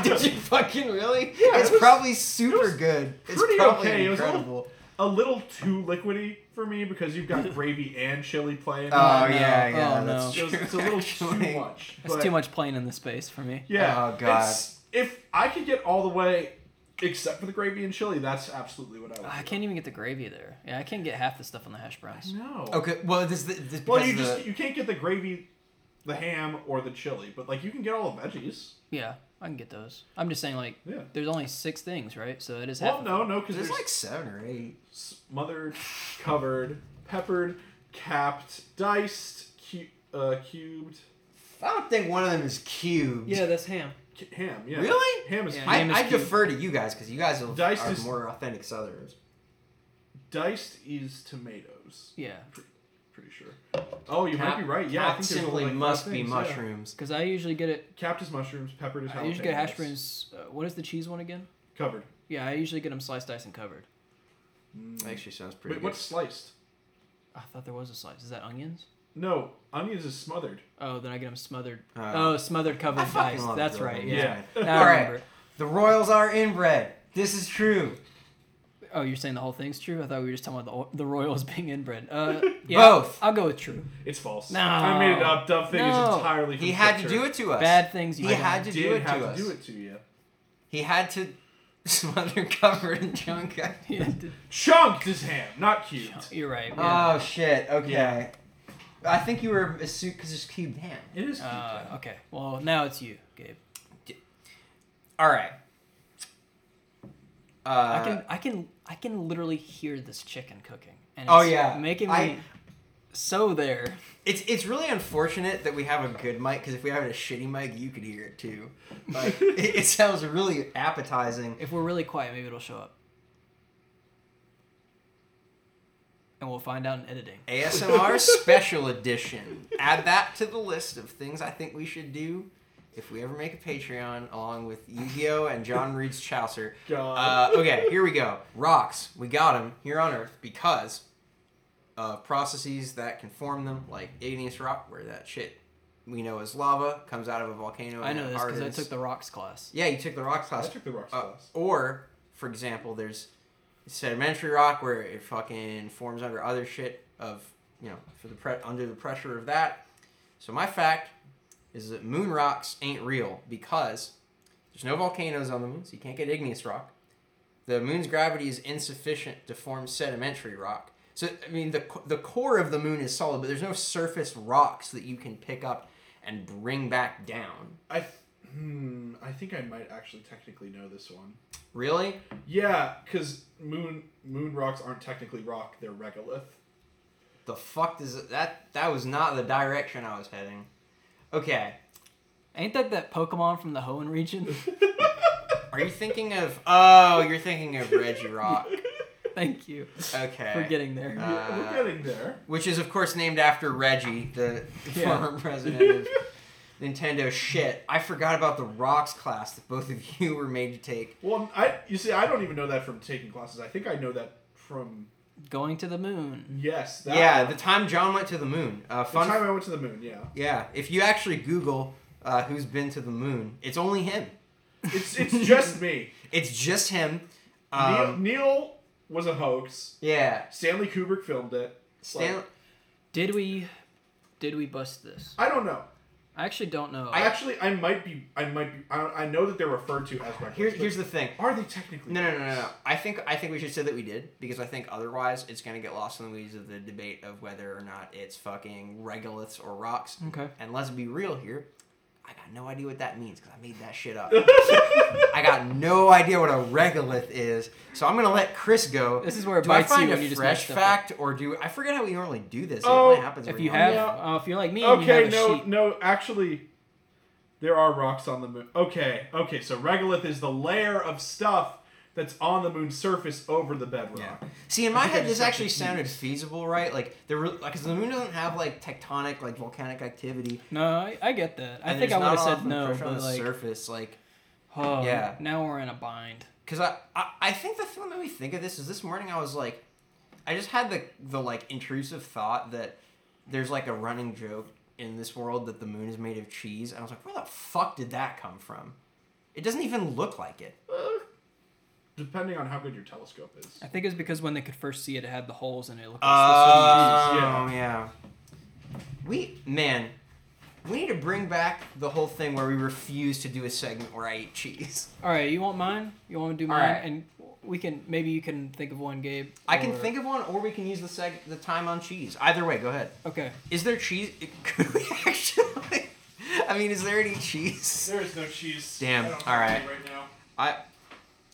[SPEAKER 1] Did you fucking really?
[SPEAKER 2] Yeah, it
[SPEAKER 1] it's
[SPEAKER 2] was-
[SPEAKER 1] probably super good. It's
[SPEAKER 2] pretty
[SPEAKER 1] probably
[SPEAKER 2] okay. It was a little-
[SPEAKER 1] incredible.
[SPEAKER 2] a little too liquidy for me because you've got gravy and chili playing.
[SPEAKER 1] Oh
[SPEAKER 3] no.
[SPEAKER 1] yeah, yeah,
[SPEAKER 3] Oh,
[SPEAKER 1] that's
[SPEAKER 2] it
[SPEAKER 1] true.
[SPEAKER 2] was, it's a little
[SPEAKER 1] actually.
[SPEAKER 2] too much.
[SPEAKER 3] That's
[SPEAKER 2] but-
[SPEAKER 3] too much plane in the space for me.
[SPEAKER 2] Yeah.
[SPEAKER 1] Oh, God.
[SPEAKER 2] it's- if I could get all the way except for the gravy and chili, that's absolutely what I would.
[SPEAKER 3] I can't even get the gravy there. Yeah, I can't get half the stuff on the hash browns.
[SPEAKER 2] No.
[SPEAKER 1] Okay, well, this this, this
[SPEAKER 2] Well,
[SPEAKER 1] because
[SPEAKER 2] you just
[SPEAKER 1] the-
[SPEAKER 2] you can't get the gravy, the ham, or the chili, but like you can get all the veggies.
[SPEAKER 3] Yeah, I can get those. I'm just saying, like,
[SPEAKER 2] Yeah.
[SPEAKER 3] there's only six things, right? So it is half.
[SPEAKER 2] Well,
[SPEAKER 3] of
[SPEAKER 2] no,
[SPEAKER 3] it.
[SPEAKER 2] no, because
[SPEAKER 1] there's
[SPEAKER 2] there's
[SPEAKER 1] like seven or eight.
[SPEAKER 2] smothered, covered, peppered, capped, diced, cu- uh, cubed.
[SPEAKER 1] I don't think one of them is cubed.
[SPEAKER 3] Yeah, that's ham.
[SPEAKER 2] Ca- Ham, yeah.
[SPEAKER 1] Really?
[SPEAKER 2] Ham is
[SPEAKER 3] Yeah.
[SPEAKER 1] I,
[SPEAKER 3] Ham is
[SPEAKER 1] I
[SPEAKER 3] cubed.
[SPEAKER 1] defer to you guys because you guys are,
[SPEAKER 2] Diced
[SPEAKER 1] are
[SPEAKER 2] is-
[SPEAKER 1] more authentic Southerners.
[SPEAKER 2] diced is tomatoes.
[SPEAKER 3] Yeah,
[SPEAKER 2] Pretty sure. Oh, you might be right. Yeah, I
[SPEAKER 1] Capped
[SPEAKER 2] think there's
[SPEAKER 1] simply
[SPEAKER 2] only, like,
[SPEAKER 1] must
[SPEAKER 2] five
[SPEAKER 1] be
[SPEAKER 2] things, yeah.
[SPEAKER 1] mushrooms.
[SPEAKER 3] because I usually get it.
[SPEAKER 2] Capped is mushrooms. Peppered is jalapenos.
[SPEAKER 3] I usually get hash browns. Uh, what is the cheese one again?
[SPEAKER 2] Covered.
[SPEAKER 3] Yeah, I usually get them sliced, diced, and covered.
[SPEAKER 1] Actually, sounds pretty
[SPEAKER 2] Mm. Wait, what's sliced?
[SPEAKER 3] I thought there was a slice. Is that onions?
[SPEAKER 2] No, onions is smothered.
[SPEAKER 3] Oh, then I get them smothered.
[SPEAKER 1] Oh.
[SPEAKER 3] oh, smothered,
[SPEAKER 1] good. I
[SPEAKER 3] covered,
[SPEAKER 1] fucking
[SPEAKER 3] diced.
[SPEAKER 1] love
[SPEAKER 3] That's
[SPEAKER 1] grilled
[SPEAKER 3] right.
[SPEAKER 1] onions,
[SPEAKER 3] Yeah.
[SPEAKER 1] man.
[SPEAKER 3] Now
[SPEAKER 1] All
[SPEAKER 3] I
[SPEAKER 1] right.
[SPEAKER 3] remember.
[SPEAKER 1] The Royals are inbred. This is true.
[SPEAKER 3] Oh, you're saying the whole thing's true? I thought we were just talking about the, the Royals being inbred. Uh, yeah,
[SPEAKER 1] Both.
[SPEAKER 3] I'll go with true.
[SPEAKER 2] It's false.
[SPEAKER 3] No.
[SPEAKER 2] I made it up. Dumb thing is
[SPEAKER 3] No.
[SPEAKER 2] entirely. From
[SPEAKER 1] He had to
[SPEAKER 2] scripture.
[SPEAKER 1] do it to us.
[SPEAKER 3] Bad things you
[SPEAKER 1] He
[SPEAKER 3] done.
[SPEAKER 1] had to
[SPEAKER 2] Did
[SPEAKER 1] do it
[SPEAKER 2] have
[SPEAKER 1] to
[SPEAKER 2] to
[SPEAKER 1] us.
[SPEAKER 2] do it to you.
[SPEAKER 1] He had to smother, cover, and chunk. it.
[SPEAKER 3] Yeah, did-
[SPEAKER 2] Chunked is ham, not cubed.
[SPEAKER 3] you're right. Yeah.
[SPEAKER 1] Oh shit. Okay. I think you were a suit because it's cubed ham.
[SPEAKER 2] It is cubed.
[SPEAKER 3] Uh,
[SPEAKER 2] ham.
[SPEAKER 3] okay. Well, now it's you, Gabe.
[SPEAKER 1] All right. Uh,
[SPEAKER 3] I can, I can, I can literally hear this chicken cooking, and
[SPEAKER 1] Oh,
[SPEAKER 3] it's
[SPEAKER 1] yeah.
[SPEAKER 3] making me
[SPEAKER 1] I-
[SPEAKER 3] so there.
[SPEAKER 1] It's it's really unfortunate that we have a good mic because if we had a shitty mic, you could hear it too. Like it, it sounds really appetizing.
[SPEAKER 3] If we're really quiet, maybe it'll show up, and we'll find out in editing.
[SPEAKER 1] ASMR special edition. Add that to the list of things I think we should do if we ever make a Patreon, along with Yu-Gi-Oh and John Reed's Chaucer. Uh,
[SPEAKER 2] God.
[SPEAKER 1] okay, here we go. Rocks. We got them here on Earth because uh, processes that can form them, like igneous rock, where that shit we know as lava comes out of a volcano.
[SPEAKER 3] I
[SPEAKER 1] and
[SPEAKER 3] know
[SPEAKER 1] it
[SPEAKER 3] this because I
[SPEAKER 1] hardens.
[SPEAKER 3] took the rocks class.
[SPEAKER 1] Yeah, you took the rocks
[SPEAKER 2] I
[SPEAKER 1] class.
[SPEAKER 2] took the rocks
[SPEAKER 1] Uh,
[SPEAKER 2] class.
[SPEAKER 1] or for example, there's sedimentary rock where it fucking forms under other shit of you know for the pre- under the pressure of that. So my fact is that moon rocks ain't real because there's no volcanoes on the moon, so you can't get igneous rock. The moon's gravity is insufficient to form sedimentary rock. So I mean, the co- the core of the moon is solid, but there's no surface rocks that you can pick up and bring back down.
[SPEAKER 2] I th- hmm, I think I might actually technically know this one.
[SPEAKER 1] Really?
[SPEAKER 2] Yeah, because moon moon rocks aren't technically rock; they're regolith.
[SPEAKER 1] The fuck does that? That was not the direction I was heading. Okay.
[SPEAKER 3] Ain't that that Pokemon from the Hoenn region?
[SPEAKER 1] Are you thinking of? Oh, you're thinking of Regirock.
[SPEAKER 3] Thank you
[SPEAKER 1] Okay.
[SPEAKER 3] for getting there.
[SPEAKER 2] Yeah,
[SPEAKER 1] Uh,
[SPEAKER 2] We're getting there.
[SPEAKER 1] Which is, of course, named after Reggie, the
[SPEAKER 3] Yeah.
[SPEAKER 1] former president of Nintendo. Shit, I forgot about the rocks class that both of you were made to take.
[SPEAKER 2] Well, I you see, I don't even know that from taking classes. I think I know that from
[SPEAKER 3] Going to the moon.
[SPEAKER 2] yes. That
[SPEAKER 1] yeah,
[SPEAKER 2] one.
[SPEAKER 1] the time John went to the moon. Uh,
[SPEAKER 2] Oh. The
[SPEAKER 1] fun.
[SPEAKER 2] time I went to the moon. Yeah,
[SPEAKER 1] yeah, if you actually Google uh, who's been to the moon, it's only him.
[SPEAKER 2] it's it's just me.
[SPEAKER 1] It's just him. Um,
[SPEAKER 2] Neil, Neil was a hoax.
[SPEAKER 1] yeah,
[SPEAKER 2] Stanley Kubrick filmed it. It's like,
[SPEAKER 1] Stan.
[SPEAKER 3] Did we? Did we bust this?
[SPEAKER 2] I don't know.
[SPEAKER 3] I actually don't know.
[SPEAKER 2] I actually, I might be, I might be. I, I know that they're referred to as regolith.
[SPEAKER 1] Here,
[SPEAKER 2] but
[SPEAKER 1] here's the thing.
[SPEAKER 2] are they technically?
[SPEAKER 1] No, no, no, no, no. I think I think we should say that we did because I think otherwise it's gonna get lost in the weeds of the debate of whether or not it's fucking regoliths or rocks.
[SPEAKER 3] okay.
[SPEAKER 1] And let's be real here. I got no idea what that means because I made that shit up. I got no idea what a regolith is, so I'm gonna let Chris go.
[SPEAKER 3] This is where it
[SPEAKER 1] do
[SPEAKER 3] bites
[SPEAKER 1] I
[SPEAKER 3] you
[SPEAKER 1] find
[SPEAKER 3] when
[SPEAKER 1] a
[SPEAKER 3] you just make
[SPEAKER 1] fresh
[SPEAKER 3] stuff up.
[SPEAKER 1] fact or do I forget how we normally do this?
[SPEAKER 2] Oh,
[SPEAKER 1] it happens
[SPEAKER 3] If
[SPEAKER 1] every
[SPEAKER 3] you
[SPEAKER 1] now and
[SPEAKER 3] have,
[SPEAKER 1] then.
[SPEAKER 2] Yeah.
[SPEAKER 3] uh, if you're like me, and you
[SPEAKER 2] Okay,
[SPEAKER 3] have a
[SPEAKER 2] no,
[SPEAKER 3] sheet.
[SPEAKER 2] no. Actually, there are rocks on the moon. Okay, okay. So regolith is the layer of stuff that's on the moon's surface over the bedrock.
[SPEAKER 1] Yeah. See, in my
[SPEAKER 2] think I
[SPEAKER 1] head,
[SPEAKER 2] just
[SPEAKER 1] this
[SPEAKER 2] got
[SPEAKER 1] actually
[SPEAKER 2] confused.
[SPEAKER 1] sounded feasible, right? Like there, because like, 'cause the moon doesn't have like tectonic, like volcanic activity.
[SPEAKER 3] No, I, I get that. I
[SPEAKER 1] and
[SPEAKER 3] think
[SPEAKER 1] there's
[SPEAKER 3] I would have
[SPEAKER 1] not a lot
[SPEAKER 3] said
[SPEAKER 1] of
[SPEAKER 3] no,
[SPEAKER 1] pressure on
[SPEAKER 3] but
[SPEAKER 1] the
[SPEAKER 3] like,
[SPEAKER 1] surface, like,
[SPEAKER 3] oh,
[SPEAKER 1] Yeah.
[SPEAKER 3] Now we're in a bind.
[SPEAKER 1] because I, I, I think the thing that made me think of this is this morning I was like, I just had the the like intrusive thought that there's like a running joke in this world that the moon is made of cheese, and I was like, where the fuck did that come from? It doesn't even look like it.
[SPEAKER 2] Uh, depending on how good your telescope is.
[SPEAKER 3] I think it's because when they could first see it, it had the holes in it. it looked like
[SPEAKER 1] Oh
[SPEAKER 2] yeah.
[SPEAKER 1] yeah. We man, we need to bring back the whole thing where we refuse to do a segment where I eat cheese.
[SPEAKER 3] All right, you want mine? You want to do
[SPEAKER 1] All
[SPEAKER 3] mine?
[SPEAKER 1] right.
[SPEAKER 3] And we can maybe you can think of one, Gabe.
[SPEAKER 1] I can
[SPEAKER 3] or-
[SPEAKER 1] think of one, or we can use the seg the time on cheese. Either way, go ahead.
[SPEAKER 3] Okay.
[SPEAKER 1] Is there cheese? Could we actually? I mean, is there any cheese?
[SPEAKER 2] There is no cheese.
[SPEAKER 1] Damn, I don't have alright. any
[SPEAKER 2] now.
[SPEAKER 1] I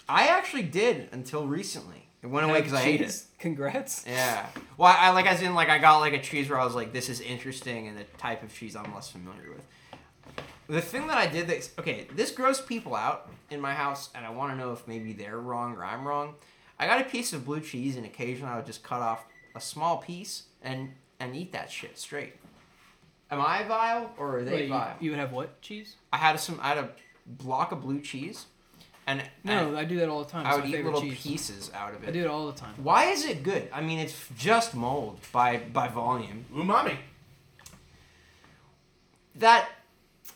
[SPEAKER 1] I actually did until recently. It went away because I ate it.
[SPEAKER 3] Cheese. Congrats.
[SPEAKER 1] Yeah. Well, I like as in like I got like a cheese where I was like, this is interesting, and the type of cheese I'm less familiar with. The thing that I did that okay, this grossed people out in my house, and I want to know if maybe they're wrong or I'm wrong. I got a piece of blue cheese, and occasionally I would just cut off a small piece and and eat that shit straight. Am I vile or are they
[SPEAKER 3] Wait, you,
[SPEAKER 1] vile?
[SPEAKER 3] you would have what cheese?
[SPEAKER 1] I had some. I had a block of blue cheese, and
[SPEAKER 3] No,
[SPEAKER 1] and
[SPEAKER 3] I do that all the time.
[SPEAKER 1] I
[SPEAKER 3] It's
[SPEAKER 1] would
[SPEAKER 3] my
[SPEAKER 1] eat
[SPEAKER 3] favorite
[SPEAKER 1] little
[SPEAKER 3] cheese.
[SPEAKER 1] pieces out of it.
[SPEAKER 3] I do it all the time.
[SPEAKER 1] Why is it good? I mean, it's just mold by by volume.
[SPEAKER 2] Umami.
[SPEAKER 1] That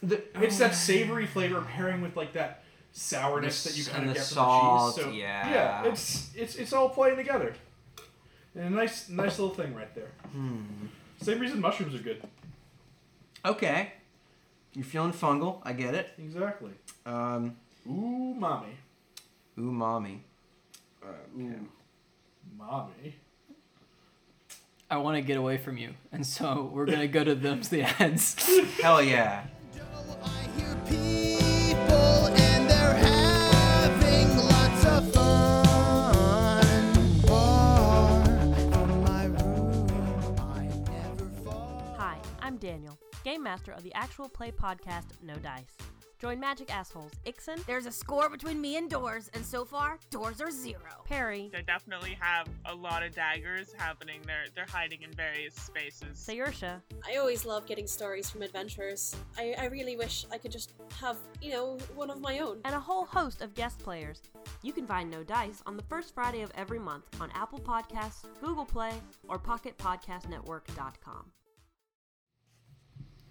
[SPEAKER 1] the
[SPEAKER 2] It's that savory flavor pairing with like that sourness
[SPEAKER 1] The
[SPEAKER 2] that you
[SPEAKER 1] s-
[SPEAKER 2] kind
[SPEAKER 1] and
[SPEAKER 2] of
[SPEAKER 1] the
[SPEAKER 2] get
[SPEAKER 1] salt,
[SPEAKER 2] from the cheese. So,
[SPEAKER 1] yeah.
[SPEAKER 2] yeah, it's it's it's all playing together. And a nice nice little thing right there.
[SPEAKER 1] Hmm.
[SPEAKER 2] Same reason mushrooms are good.
[SPEAKER 1] okay. You're feeling fungal. I get it.
[SPEAKER 2] Exactly.
[SPEAKER 1] Um,
[SPEAKER 2] Ooh, mommy,
[SPEAKER 1] umami.
[SPEAKER 2] Uh, Ooh, mommy.
[SPEAKER 3] I want to get away from you, and so we're gonna go to them's the ads.
[SPEAKER 1] Hell yeah.
[SPEAKER 4] I hear people and they're having lots of fun. Far from my room, I never fall.
[SPEAKER 5] Hi, I'm Daniel, game master of the actual play podcast No Dice. Join Magic Assholes Ixen,
[SPEAKER 6] There's a score between me and Doors, and so far, Doors are zero.
[SPEAKER 5] Perry,
[SPEAKER 7] They definitely have a lot of daggers happening. They're they're hiding in various spaces.
[SPEAKER 5] Sayersha,
[SPEAKER 8] I always love getting stories from adventurers. I, I really wish I could just have, you know, one of my own.
[SPEAKER 5] and a whole host of guest players. You can find No Dice on the first Friday of every month on Apple Podcasts, Google Play, or PocketPodcastNetwork.com.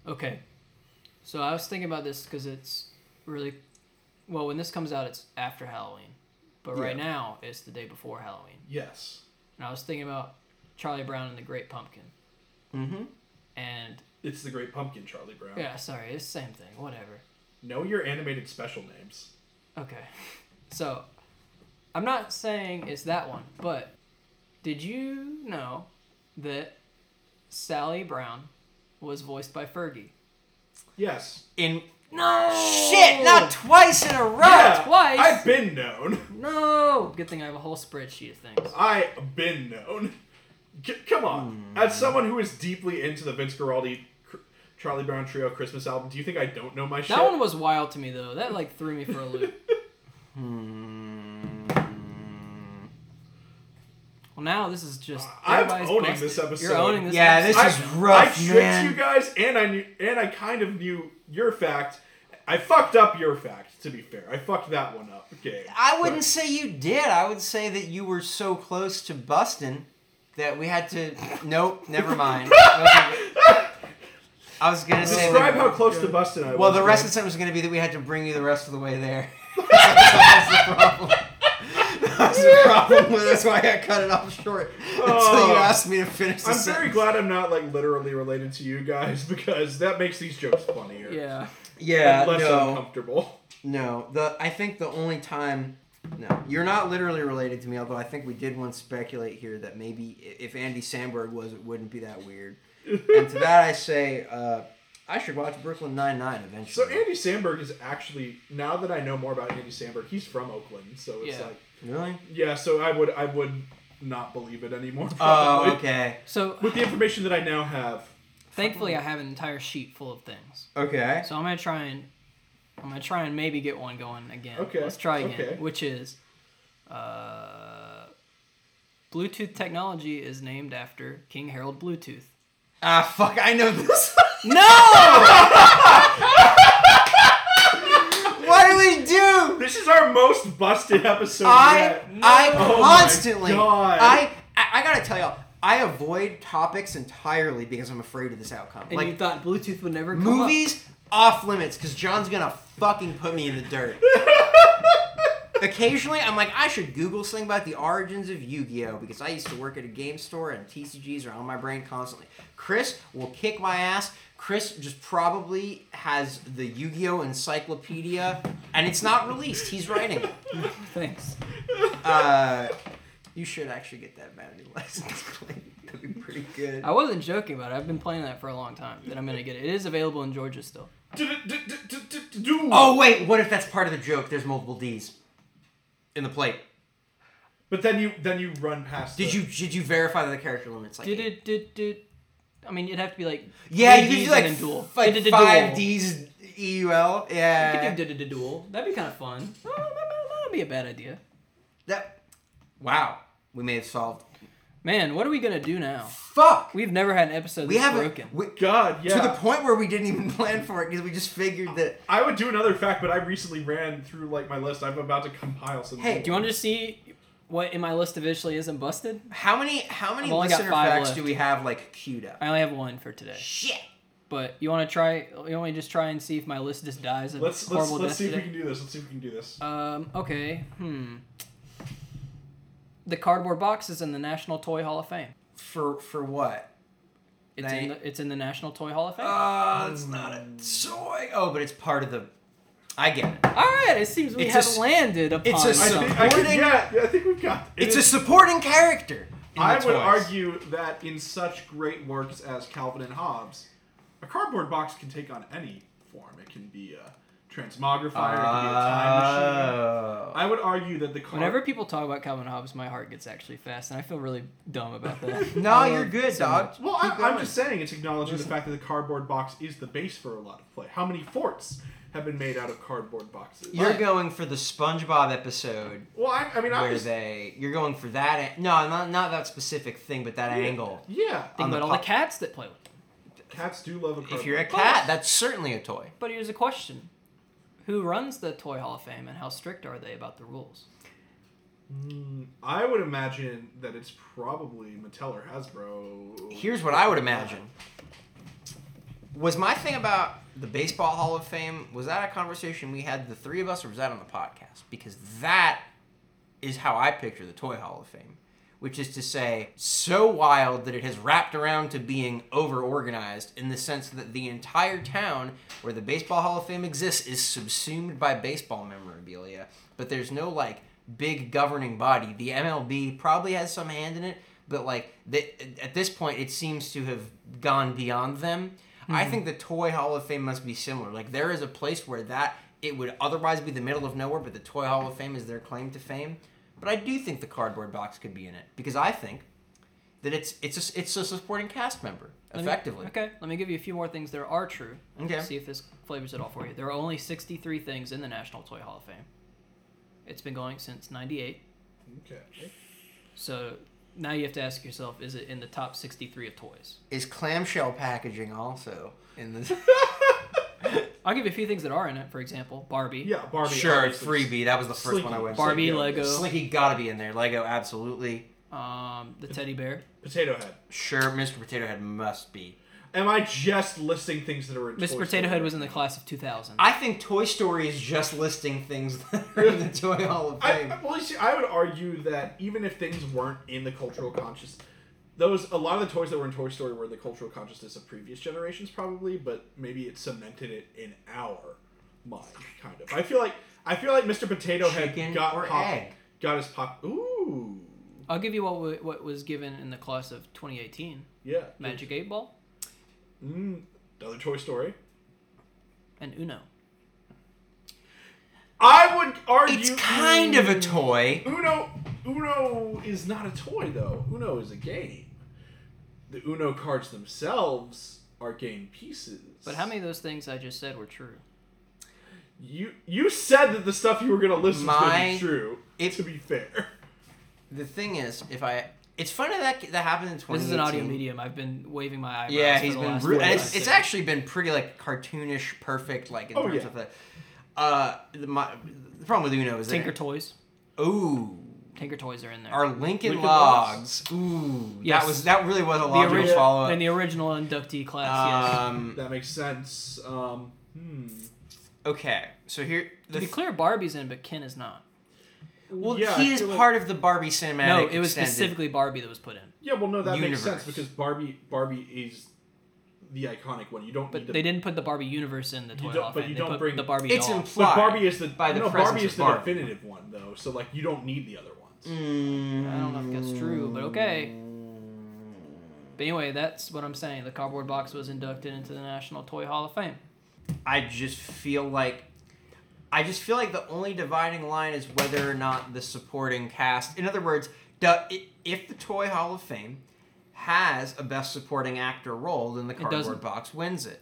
[SPEAKER 3] okay. So I was thinking about this because it's really, well, when this comes out, it's after Halloween, But right
[SPEAKER 2] Yeah.
[SPEAKER 3] now, it's the day before Halloween.
[SPEAKER 2] Yes.
[SPEAKER 3] And I was thinking about Charlie Brown and the Great Pumpkin.
[SPEAKER 1] Mm-hmm.
[SPEAKER 3] And
[SPEAKER 2] It's the Great Pumpkin, Charlie Brown.
[SPEAKER 3] yeah, sorry, it's the same thing. Whatever.
[SPEAKER 2] Know your animated special names.
[SPEAKER 3] Okay. So, I'm not saying it's that one, but did you know that Sally Brown was voiced by Fergie?
[SPEAKER 2] Yes.
[SPEAKER 1] In
[SPEAKER 3] No!
[SPEAKER 1] shit, not twice in a row.
[SPEAKER 3] twice.
[SPEAKER 2] I've been known.
[SPEAKER 3] No! Good thing I have a whole spreadsheet of things.
[SPEAKER 2] I've been known. C- come on.
[SPEAKER 1] Hmm.
[SPEAKER 2] As someone who is deeply into the Vince Guaraldi Cr- Charlie Brown Trio Christmas album, do you think I don't know my shit?
[SPEAKER 3] That one was wild to me, though. That, like, threw me for a loop. Well, now this is just.
[SPEAKER 2] Uh, I'm
[SPEAKER 3] everybody's
[SPEAKER 2] owning this
[SPEAKER 3] You're
[SPEAKER 2] episode.
[SPEAKER 3] owning this
[SPEAKER 1] Yeah,
[SPEAKER 3] episode.
[SPEAKER 1] this is rough,
[SPEAKER 2] I tricked
[SPEAKER 1] man.
[SPEAKER 2] you guys, and I knew, and I kind of knew your fact. I fucked up your fact. To be fair, I fucked that one up. Okay.
[SPEAKER 1] I wouldn't say you did. I would say that you were so close to busting that we had to. Nope, never mind. I was gonna say.
[SPEAKER 2] Describe
[SPEAKER 1] that-
[SPEAKER 2] how close to busting I was.
[SPEAKER 1] Well, the rest of
[SPEAKER 2] man.
[SPEAKER 1] the sentence was going to be that we had to bring you the rest of the way there. That's the problem. That's the problem. That's why I cut it off short until
[SPEAKER 2] Oh.
[SPEAKER 1] you asked me to finish the
[SPEAKER 2] I'm
[SPEAKER 1] sentence.
[SPEAKER 2] very glad I'm not like literally related to you guys because that makes these jokes funnier.
[SPEAKER 3] Yeah.
[SPEAKER 1] Yeah,
[SPEAKER 2] and less
[SPEAKER 1] no,
[SPEAKER 2] uncomfortable.
[SPEAKER 1] no. The I think the only time, no, you're not literally related to me. Although I think we did once speculate here that maybe i- if Andy Samberg was, it wouldn't be that weird. and to that I say, uh, I should watch Brooklyn Nine Nine
[SPEAKER 2] So
[SPEAKER 1] eventually.
[SPEAKER 2] Andy Samberg is actually now that I know more about Andy Samberg, he's from Oakland, so it's
[SPEAKER 3] Yeah.
[SPEAKER 2] like
[SPEAKER 1] really?
[SPEAKER 2] yeah. So I would I would not believe it anymore.
[SPEAKER 1] Oh,
[SPEAKER 2] Probably.
[SPEAKER 1] okay,
[SPEAKER 3] So,
[SPEAKER 2] With the information that I now have,
[SPEAKER 3] thankfully, I have an entire sheet full of things.
[SPEAKER 1] okay.
[SPEAKER 3] So I'm gonna try and I'm gonna try and maybe get one going again.
[SPEAKER 2] Okay,
[SPEAKER 3] Let's try again.
[SPEAKER 2] okay.
[SPEAKER 3] Which is uh, Bluetooth technology is named after King Harold Bluetooth.
[SPEAKER 1] Ah, fuck! I know this.
[SPEAKER 3] No!
[SPEAKER 1] what do we do?
[SPEAKER 2] this is our most busted episode.
[SPEAKER 1] I
[SPEAKER 2] yet.
[SPEAKER 1] I
[SPEAKER 2] Oh my
[SPEAKER 1] constantly
[SPEAKER 2] God.
[SPEAKER 1] I, I I gotta tell y'all I avoid topics entirely because I'm afraid of this outcome.
[SPEAKER 3] and you
[SPEAKER 1] like
[SPEAKER 3] thought Bluetooth would never come
[SPEAKER 1] movies off limits because John's gonna fucking put me in the dirt. Occasionally, I'm like, I should Google something about the origins of Yu-Gi-Oh because I used to work at a game store and TCGs are on my brain constantly. Chris will kick my ass. Chris just probably has the Yu-Gi-Oh encyclopedia, and it's not released. He's writing it.
[SPEAKER 3] Up? Thanks.
[SPEAKER 1] Uh, you should actually get that vanity license plate. That'd be pretty good.
[SPEAKER 3] I wasn't joking about it. I've been playing that for a long time. That I'm gonna get it. It is available in Georgia still.
[SPEAKER 2] Do-
[SPEAKER 1] Oh wait, what if that's part of the joke? There's multiple D's in the plate.
[SPEAKER 2] But then you then you run past.
[SPEAKER 1] Did
[SPEAKER 2] the-
[SPEAKER 1] you did you verify that the character limit's like?
[SPEAKER 3] Did
[SPEAKER 1] eight?
[SPEAKER 3] it? Did did? I mean, it'd have to be like
[SPEAKER 1] Yeah, you could
[SPEAKER 3] three Ds
[SPEAKER 1] do
[SPEAKER 3] and
[SPEAKER 1] like,
[SPEAKER 3] then
[SPEAKER 1] dual.
[SPEAKER 3] dual.
[SPEAKER 1] like
[SPEAKER 3] Did it
[SPEAKER 1] five
[SPEAKER 3] dual.
[SPEAKER 1] D's EUL.
[SPEAKER 3] You could
[SPEAKER 1] Yeah.
[SPEAKER 3] do did it dual. That'd be kind of fun. Oh, that- that- That'd be a bad idea.
[SPEAKER 1] That. Wow, we may have solved.
[SPEAKER 3] Man, what are we gonna do now?
[SPEAKER 1] Fuck.
[SPEAKER 3] We've never had an episode
[SPEAKER 1] We
[SPEAKER 3] that's
[SPEAKER 1] haven't.
[SPEAKER 3] broken.
[SPEAKER 1] We,
[SPEAKER 2] God, yeah.
[SPEAKER 1] To the point where we didn't even plan for it because we just figured that.
[SPEAKER 2] I would do another fact, but I recently ran through like my list. I'm about to compile some.
[SPEAKER 1] Hey,
[SPEAKER 3] Do you want to see what in my list officially isn't busted?
[SPEAKER 1] How many how many
[SPEAKER 3] I've only got
[SPEAKER 1] listener
[SPEAKER 3] five
[SPEAKER 1] facts
[SPEAKER 3] left.
[SPEAKER 1] do we have like queued up?
[SPEAKER 3] I only have one for today.
[SPEAKER 1] Shit.
[SPEAKER 3] But you want to try? You want me to just try and see if my list just dies of
[SPEAKER 2] let's let's,
[SPEAKER 3] horrible
[SPEAKER 2] let's
[SPEAKER 3] death
[SPEAKER 2] see if we
[SPEAKER 3] today?
[SPEAKER 2] can do this. Let's see if we can do this.
[SPEAKER 1] Uh,
[SPEAKER 3] Um. Okay. Hmm. The cardboard box is in the National Toy Hall of Fame.
[SPEAKER 1] For for what?
[SPEAKER 3] It's
[SPEAKER 1] They-
[SPEAKER 3] in the, it's in the National Toy Hall of Fame.
[SPEAKER 1] Uh, it's not a toy. Oh, but it's part of the. I get it.
[SPEAKER 3] All right. It seems we
[SPEAKER 1] it's a
[SPEAKER 3] have
[SPEAKER 1] s-
[SPEAKER 3] landed upon.
[SPEAKER 1] it's a
[SPEAKER 2] I
[SPEAKER 1] so-
[SPEAKER 3] something.
[SPEAKER 2] think, I can,
[SPEAKER 1] supporting-
[SPEAKER 2] yeah, yeah, I think we've got. it
[SPEAKER 1] It's a
[SPEAKER 2] is-
[SPEAKER 1] supporting character. in
[SPEAKER 2] I
[SPEAKER 1] the
[SPEAKER 2] would
[SPEAKER 1] toys.
[SPEAKER 2] argue that in such great works as Calvin and Hobbes, a cardboard box can take on any form. It can be a transmogrifier. it can be a time machine.
[SPEAKER 1] Oh.
[SPEAKER 2] I would argue that the card.
[SPEAKER 3] Whenever people talk about Calvin Hobbes, my heart gets actually fast, and I feel really dumb about that.
[SPEAKER 1] No,
[SPEAKER 3] I
[SPEAKER 1] you're
[SPEAKER 3] love
[SPEAKER 1] good,
[SPEAKER 3] so
[SPEAKER 1] dog.
[SPEAKER 3] much.
[SPEAKER 2] Well, I,
[SPEAKER 1] Keep
[SPEAKER 2] I'm
[SPEAKER 1] going.
[SPEAKER 2] just saying it's acknowledging the fact that the cardboard box is the base for a lot of play. How many forts have been made out of cardboard boxes?
[SPEAKER 1] You're going for the SpongeBob episode
[SPEAKER 2] well, I, I mean,
[SPEAKER 1] where
[SPEAKER 2] I was.
[SPEAKER 1] they. You're going for that. an- No, not not that specific thing, but that angle.
[SPEAKER 2] Yeah,
[SPEAKER 3] Think
[SPEAKER 1] on the
[SPEAKER 3] about all the
[SPEAKER 1] pop-
[SPEAKER 3] cats that play with them.
[SPEAKER 2] cats do love a cardboard.
[SPEAKER 1] If you're a
[SPEAKER 2] box.
[SPEAKER 1] cat, that's certainly a toy.
[SPEAKER 3] But here's a question: Who runs the Toy Hall of Fame, and how strict are they about the rules?
[SPEAKER 2] I would imagine that it's probably Mattel or Hasbro.
[SPEAKER 1] Here's what I would imagine. Was my thing about the baseball Hall of Fame was that a conversation we had the three of us, or was that on the podcast? Because that is how I picture the Toy Hall of Fame, which is to say, so wild that it has wrapped around to being over organized in the sense that the entire town where the Baseball Hall of Fame exists is subsumed by baseball memorabilia, but there's no like big governing body. The MLB probably has some hand in it, but like the, at this point, it seems to have gone beyond them. I think the Toy Hall of Fame must be similar. Like there is a place where that it would otherwise be the middle of nowhere, but the Toy Hall of Fame is their claim to fame. But I do think the cardboard box could be in it because I think that it's it's a, it's a supporting cast member
[SPEAKER 3] Let me-
[SPEAKER 1] effectively.
[SPEAKER 3] okay, let me give you a few more things that are true.
[SPEAKER 1] Okay.
[SPEAKER 3] See if this flavors it all for you. There are only 63 things in the National Toy Hall of Fame. It's been going since 98.
[SPEAKER 2] Okay.
[SPEAKER 3] So now you have to ask yourself is it in the top 63 of toys?
[SPEAKER 1] Is clamshell packaging also in this?
[SPEAKER 3] I'll give you a few things that are in it. For example, Barbie.
[SPEAKER 2] Yeah, Barbie.
[SPEAKER 1] sure,
[SPEAKER 2] obviously.
[SPEAKER 1] freebie. That was the first
[SPEAKER 2] Slinky.
[SPEAKER 1] one I went. to.
[SPEAKER 3] Barbie,
[SPEAKER 2] Yeah.
[SPEAKER 3] Lego,
[SPEAKER 1] Slinky gotta be in there. Lego absolutely.
[SPEAKER 3] um, the teddy bear.
[SPEAKER 2] Potato Head.
[SPEAKER 1] Sure, Mr. Potato Head must be.
[SPEAKER 2] Am I just listing things that are in
[SPEAKER 3] Mr.
[SPEAKER 2] Toy
[SPEAKER 3] Potato
[SPEAKER 2] Story?
[SPEAKER 3] Head was in the class of 2000.
[SPEAKER 1] I think Toy Story is just listing things that are in the Toy Hall of
[SPEAKER 2] I,
[SPEAKER 1] Fame.
[SPEAKER 2] I- well, you see, I would argue that even if things weren't in the cultural conscious, those a lot of the toys that were in Toy Story were in the cultural consciousness of previous generations, probably, but maybe it cemented it in our mind, kind of. I feel like I feel like Mr. Potato
[SPEAKER 1] Chicken
[SPEAKER 2] Head got
[SPEAKER 1] or
[SPEAKER 2] pop,
[SPEAKER 1] egg?
[SPEAKER 2] got his pop. Ooh,
[SPEAKER 3] I'll give you what wa- what was given in the class of 2018.
[SPEAKER 2] yeah,
[SPEAKER 3] Magic Eight Ball
[SPEAKER 2] Mm, another Toy Story.
[SPEAKER 3] and Uno.
[SPEAKER 2] I would argue
[SPEAKER 1] It's kind of a toy.
[SPEAKER 2] Uno. Uno is not a toy though. Uno is a game. The Uno cards themselves are game pieces.
[SPEAKER 3] But how many of those things I just said were true?
[SPEAKER 2] You you said that the stuff you were gonna list was gonna
[SPEAKER 1] My-
[SPEAKER 2] be true.
[SPEAKER 1] it-
[SPEAKER 2] to be fair,
[SPEAKER 1] The thing is, if I, it's funny that that happened in 2018.
[SPEAKER 3] This is an audio medium. I've been waving my eyebrows.
[SPEAKER 1] Yeah,
[SPEAKER 3] for
[SPEAKER 1] he's
[SPEAKER 3] the
[SPEAKER 1] been
[SPEAKER 3] last
[SPEAKER 1] brutal.
[SPEAKER 3] five
[SPEAKER 1] And it's, it's
[SPEAKER 3] seconds.
[SPEAKER 1] actually been pretty like cartoonish, perfect, like in
[SPEAKER 2] Oh,
[SPEAKER 1] terms
[SPEAKER 2] yeah.
[SPEAKER 1] of the. Uh, the, my, the problem with Uno is
[SPEAKER 3] Tinker
[SPEAKER 1] that.
[SPEAKER 3] Toys.
[SPEAKER 1] Ooh,
[SPEAKER 3] Tinker Toys are in there.
[SPEAKER 1] our Lincoln,
[SPEAKER 2] Lincoln
[SPEAKER 1] Logs.
[SPEAKER 2] Logs.
[SPEAKER 1] Ooh,
[SPEAKER 3] Yes.
[SPEAKER 1] that was that really was a
[SPEAKER 3] the
[SPEAKER 1] logical
[SPEAKER 3] original
[SPEAKER 1] follow
[SPEAKER 3] and
[SPEAKER 1] up.
[SPEAKER 3] the original inductee class. yes.
[SPEAKER 1] Um,
[SPEAKER 2] that makes sense. Um, hmm.
[SPEAKER 1] okay, so here
[SPEAKER 3] To
[SPEAKER 1] the
[SPEAKER 3] be clear, Barbie's in, but Ken is not.
[SPEAKER 1] Well,
[SPEAKER 2] Yeah,
[SPEAKER 1] he
[SPEAKER 2] I
[SPEAKER 1] is
[SPEAKER 2] feel like-
[SPEAKER 1] part of the Barbie cinematic.
[SPEAKER 3] No, it was
[SPEAKER 1] extended-
[SPEAKER 3] specifically Barbie that was put in.
[SPEAKER 2] Yeah, well, no, that makes
[SPEAKER 1] Universe.
[SPEAKER 2] sense because Barbie Barbie is the iconic one. You don't
[SPEAKER 3] But
[SPEAKER 2] need to.
[SPEAKER 3] they didn't put the Barbie universe in the toy
[SPEAKER 2] don't-
[SPEAKER 3] hall. of
[SPEAKER 2] but
[SPEAKER 3] Fame.
[SPEAKER 2] you
[SPEAKER 3] They
[SPEAKER 2] don't
[SPEAKER 3] put
[SPEAKER 2] bring-
[SPEAKER 3] the Barbie
[SPEAKER 1] It's
[SPEAKER 3] doll.
[SPEAKER 2] but
[SPEAKER 1] implied
[SPEAKER 2] Barbie is the
[SPEAKER 1] by the
[SPEAKER 2] no
[SPEAKER 1] presence
[SPEAKER 2] Barbie is
[SPEAKER 1] of
[SPEAKER 2] the
[SPEAKER 1] Barbie.
[SPEAKER 2] definitive one though. So like you don't need the other ones.
[SPEAKER 1] Mm,
[SPEAKER 3] I don't know if that's true, but okay. But anyway, that's what I'm saying. The cardboard box was inducted into the National Toy Hall of Fame.
[SPEAKER 1] I just feel like I just feel like the only dividing line is whether or not the supporting cast. In other words, do, i- if the Toy Hall of Fame has a Best Supporting Actor role, then the cardboard
[SPEAKER 3] doesn't.
[SPEAKER 1] box wins it.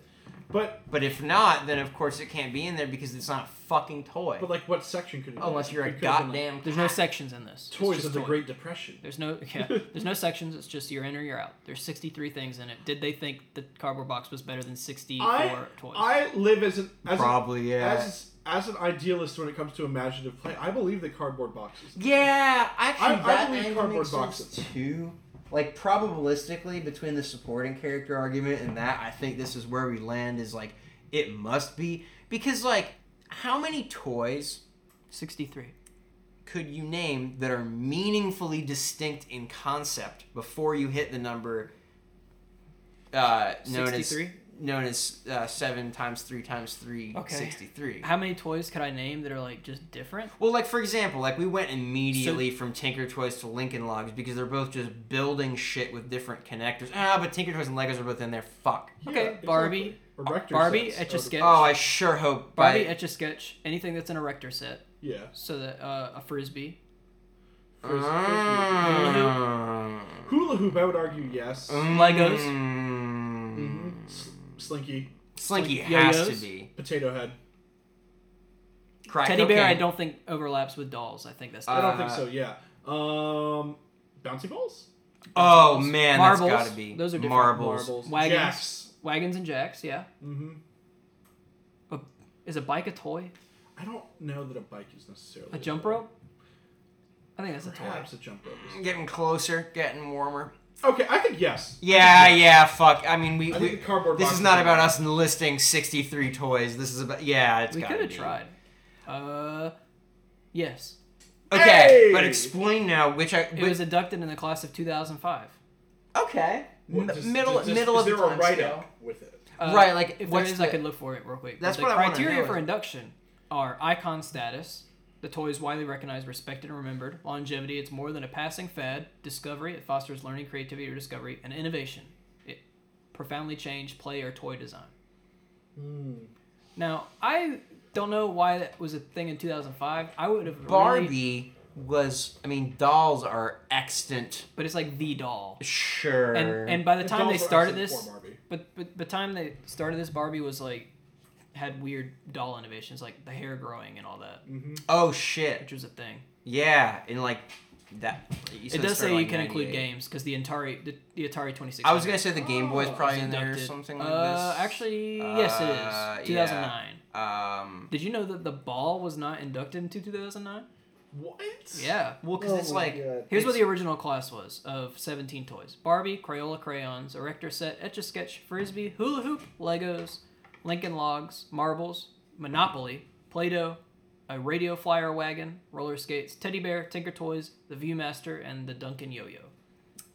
[SPEAKER 2] But
[SPEAKER 1] But if not, then of course it can't be in there because it's not a fucking toy.
[SPEAKER 2] but like what section could it be?
[SPEAKER 1] Unless you're a
[SPEAKER 2] It could have been, like,
[SPEAKER 1] goddamn.
[SPEAKER 3] There's no sections in this. It's
[SPEAKER 2] toys
[SPEAKER 3] just
[SPEAKER 2] of the
[SPEAKER 3] toy.
[SPEAKER 2] Great Depression.
[SPEAKER 3] There's no yeah. There's no sections. It's just you're in or you're out. There's 63 things in it. Did they think the cardboard box was better than 64
[SPEAKER 2] I,
[SPEAKER 3] E toys?
[SPEAKER 2] I live as an as
[SPEAKER 1] Probably,
[SPEAKER 2] an,
[SPEAKER 1] yeah.
[SPEAKER 2] as as an idealist when it comes to imaginative play. I believe that cardboard boxes.
[SPEAKER 1] Yeah, actually,
[SPEAKER 2] I- I
[SPEAKER 1] that
[SPEAKER 2] believe
[SPEAKER 1] angle
[SPEAKER 2] cardboard
[SPEAKER 1] makes sense
[SPEAKER 2] boxes.
[SPEAKER 1] too. Like probabilistically, between the supporting character argument and that, I think this is where we land. Is like it must be because like how many toys
[SPEAKER 3] 63.
[SPEAKER 1] could you name that are meaningfully distinct in concept before you hit the number uh, known
[SPEAKER 3] 63?
[SPEAKER 1] as known as uh, seven times three times three
[SPEAKER 3] Okay.
[SPEAKER 1] sixty three?
[SPEAKER 3] How many toys could I name that are like just different?
[SPEAKER 1] Well, like for example, like we went immediately from Tinker Toys to Lincoln Logs because they're both just building shit with different connectors. Ah, but Tinker Toys and Legos are both in there. Fuck.
[SPEAKER 3] Okay, Barbie.
[SPEAKER 2] Or Rector
[SPEAKER 3] Barbie,
[SPEAKER 2] sets.
[SPEAKER 3] Etch a
[SPEAKER 2] Or-
[SPEAKER 3] Sketch.
[SPEAKER 1] Oh, I sure hope
[SPEAKER 3] Barbie
[SPEAKER 1] by-
[SPEAKER 3] etch a sketch. Anything that's in a rector set.
[SPEAKER 2] Yeah.
[SPEAKER 3] So that uh, a frisbee.
[SPEAKER 2] Frisbee.
[SPEAKER 1] Mm.
[SPEAKER 2] Hula hoop, I would argue yes.
[SPEAKER 1] Um.
[SPEAKER 3] Legos. Mm-hmm.
[SPEAKER 1] Mm.
[SPEAKER 2] S- Slinky,
[SPEAKER 1] Slinky
[SPEAKER 3] Like
[SPEAKER 1] has
[SPEAKER 3] yo-yos?
[SPEAKER 1] to be.
[SPEAKER 2] potato head.
[SPEAKER 1] Crack
[SPEAKER 3] Teddy bear, I
[SPEAKER 1] cocaine.
[SPEAKER 3] don't think overlaps with dolls. I think that's
[SPEAKER 2] I don't
[SPEAKER 1] Uh,
[SPEAKER 2] think so. Yeah. Um, bouncy balls.
[SPEAKER 1] Oh man,
[SPEAKER 3] marbles.
[SPEAKER 1] that's gotta be.
[SPEAKER 3] Those are different.
[SPEAKER 1] marbles.
[SPEAKER 3] Wagons.
[SPEAKER 2] Jacks.
[SPEAKER 3] Wagons and jacks. Yeah.
[SPEAKER 2] Mm-hmm.
[SPEAKER 3] A, is a bike a toy?
[SPEAKER 2] I don't know that a bike is necessarily
[SPEAKER 3] A jump rope? I think that's a toy.
[SPEAKER 2] Perhaps a jump rope. is-
[SPEAKER 1] Getting closer, getting warmer.
[SPEAKER 2] Okay, I think yes.
[SPEAKER 1] Yeah, yeah, fuck. I mean, we.
[SPEAKER 2] I
[SPEAKER 1] we-
[SPEAKER 2] think the cardboard
[SPEAKER 1] this
[SPEAKER 2] box
[SPEAKER 1] is not
[SPEAKER 2] is-
[SPEAKER 1] about us enlisting 63 toys. This is about. Yeah, it's
[SPEAKER 3] We
[SPEAKER 1] gotta
[SPEAKER 3] could have
[SPEAKER 1] be.
[SPEAKER 3] tried. Uh, yes.
[SPEAKER 1] Okay,
[SPEAKER 2] Hey!
[SPEAKER 1] but explain now which I
[SPEAKER 3] It
[SPEAKER 1] which-
[SPEAKER 3] was abducted in the class of 2005.
[SPEAKER 1] okay
[SPEAKER 2] What-
[SPEAKER 1] M-
[SPEAKER 2] does-
[SPEAKER 1] middle
[SPEAKER 2] does-
[SPEAKER 1] middle
[SPEAKER 2] is
[SPEAKER 1] of the
[SPEAKER 2] there a
[SPEAKER 1] time
[SPEAKER 2] write-up with it?
[SPEAKER 3] Uh,
[SPEAKER 1] Right, like,
[SPEAKER 3] if there
[SPEAKER 1] what's
[SPEAKER 3] is, I
[SPEAKER 1] the-
[SPEAKER 3] could look for it real quick.
[SPEAKER 1] That's
[SPEAKER 3] the
[SPEAKER 1] what I wanna
[SPEAKER 3] criteria
[SPEAKER 1] know
[SPEAKER 3] for
[SPEAKER 1] is-
[SPEAKER 3] induction are icon status, the toy is widely recognized, respected, and remembered, longevity, it's more than a passing fad, discovery, it fosters learning, creativity, or discovery, and innovation. It profoundly changed play or toy design.
[SPEAKER 1] Hmm.
[SPEAKER 3] Now, I don't know why that was a thing in 2005. I would have
[SPEAKER 1] Barbie
[SPEAKER 3] really-
[SPEAKER 1] was I mean dolls are extant.
[SPEAKER 3] but it's like the doll.
[SPEAKER 1] Sure.
[SPEAKER 3] And and by the time they
[SPEAKER 2] dolls are
[SPEAKER 3] started
[SPEAKER 2] excellent
[SPEAKER 3] this,
[SPEAKER 2] for Barbie.
[SPEAKER 3] but but the time they started this, Barbie was like had weird doll innovations like the hair growing and all that,
[SPEAKER 1] oh
[SPEAKER 3] which
[SPEAKER 1] shit.
[SPEAKER 3] was a thing.
[SPEAKER 1] Yeah, and like that. you said
[SPEAKER 3] it
[SPEAKER 1] started,
[SPEAKER 3] does say you
[SPEAKER 1] like,
[SPEAKER 3] can include
[SPEAKER 1] 98.
[SPEAKER 3] games because the Atari the, the Atari twenty six.
[SPEAKER 1] I was gonna say the Game Boy's
[SPEAKER 2] Oh,
[SPEAKER 1] probably in there or something like
[SPEAKER 3] uh,
[SPEAKER 1] this.
[SPEAKER 3] Actually, yes,
[SPEAKER 1] Uh,
[SPEAKER 3] it is. Two thousand nine.
[SPEAKER 1] Um.
[SPEAKER 3] Did you know that the ball was not inducted into two thousand nine?
[SPEAKER 2] What?
[SPEAKER 3] Yeah.
[SPEAKER 1] Well, because
[SPEAKER 2] Oh
[SPEAKER 1] it's
[SPEAKER 2] my
[SPEAKER 1] like
[SPEAKER 2] God.
[SPEAKER 3] Here's what the original class was of 17 toys Barbie, Crayola crayons, Erector set, Etch a Sketch, Frisbee, Hula Hoop, Legos, Lincoln Logs, Marbles, Monopoly, Play Doh, a radio flyer wagon, roller skates, Teddy Bear, Tinker Toys, the Viewmaster, and the Duncan Yo Yo.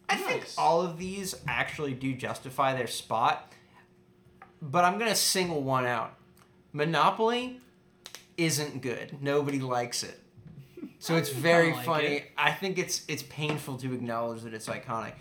[SPEAKER 1] I think
[SPEAKER 2] Nice.
[SPEAKER 1] all of these actually do justify their spot, but I'm gonna single one out. Monopoly isn't good. Nobody likes it. So it's very
[SPEAKER 3] like
[SPEAKER 1] funny.
[SPEAKER 3] it.
[SPEAKER 1] I think it's it's painful to acknowledge that it's iconic.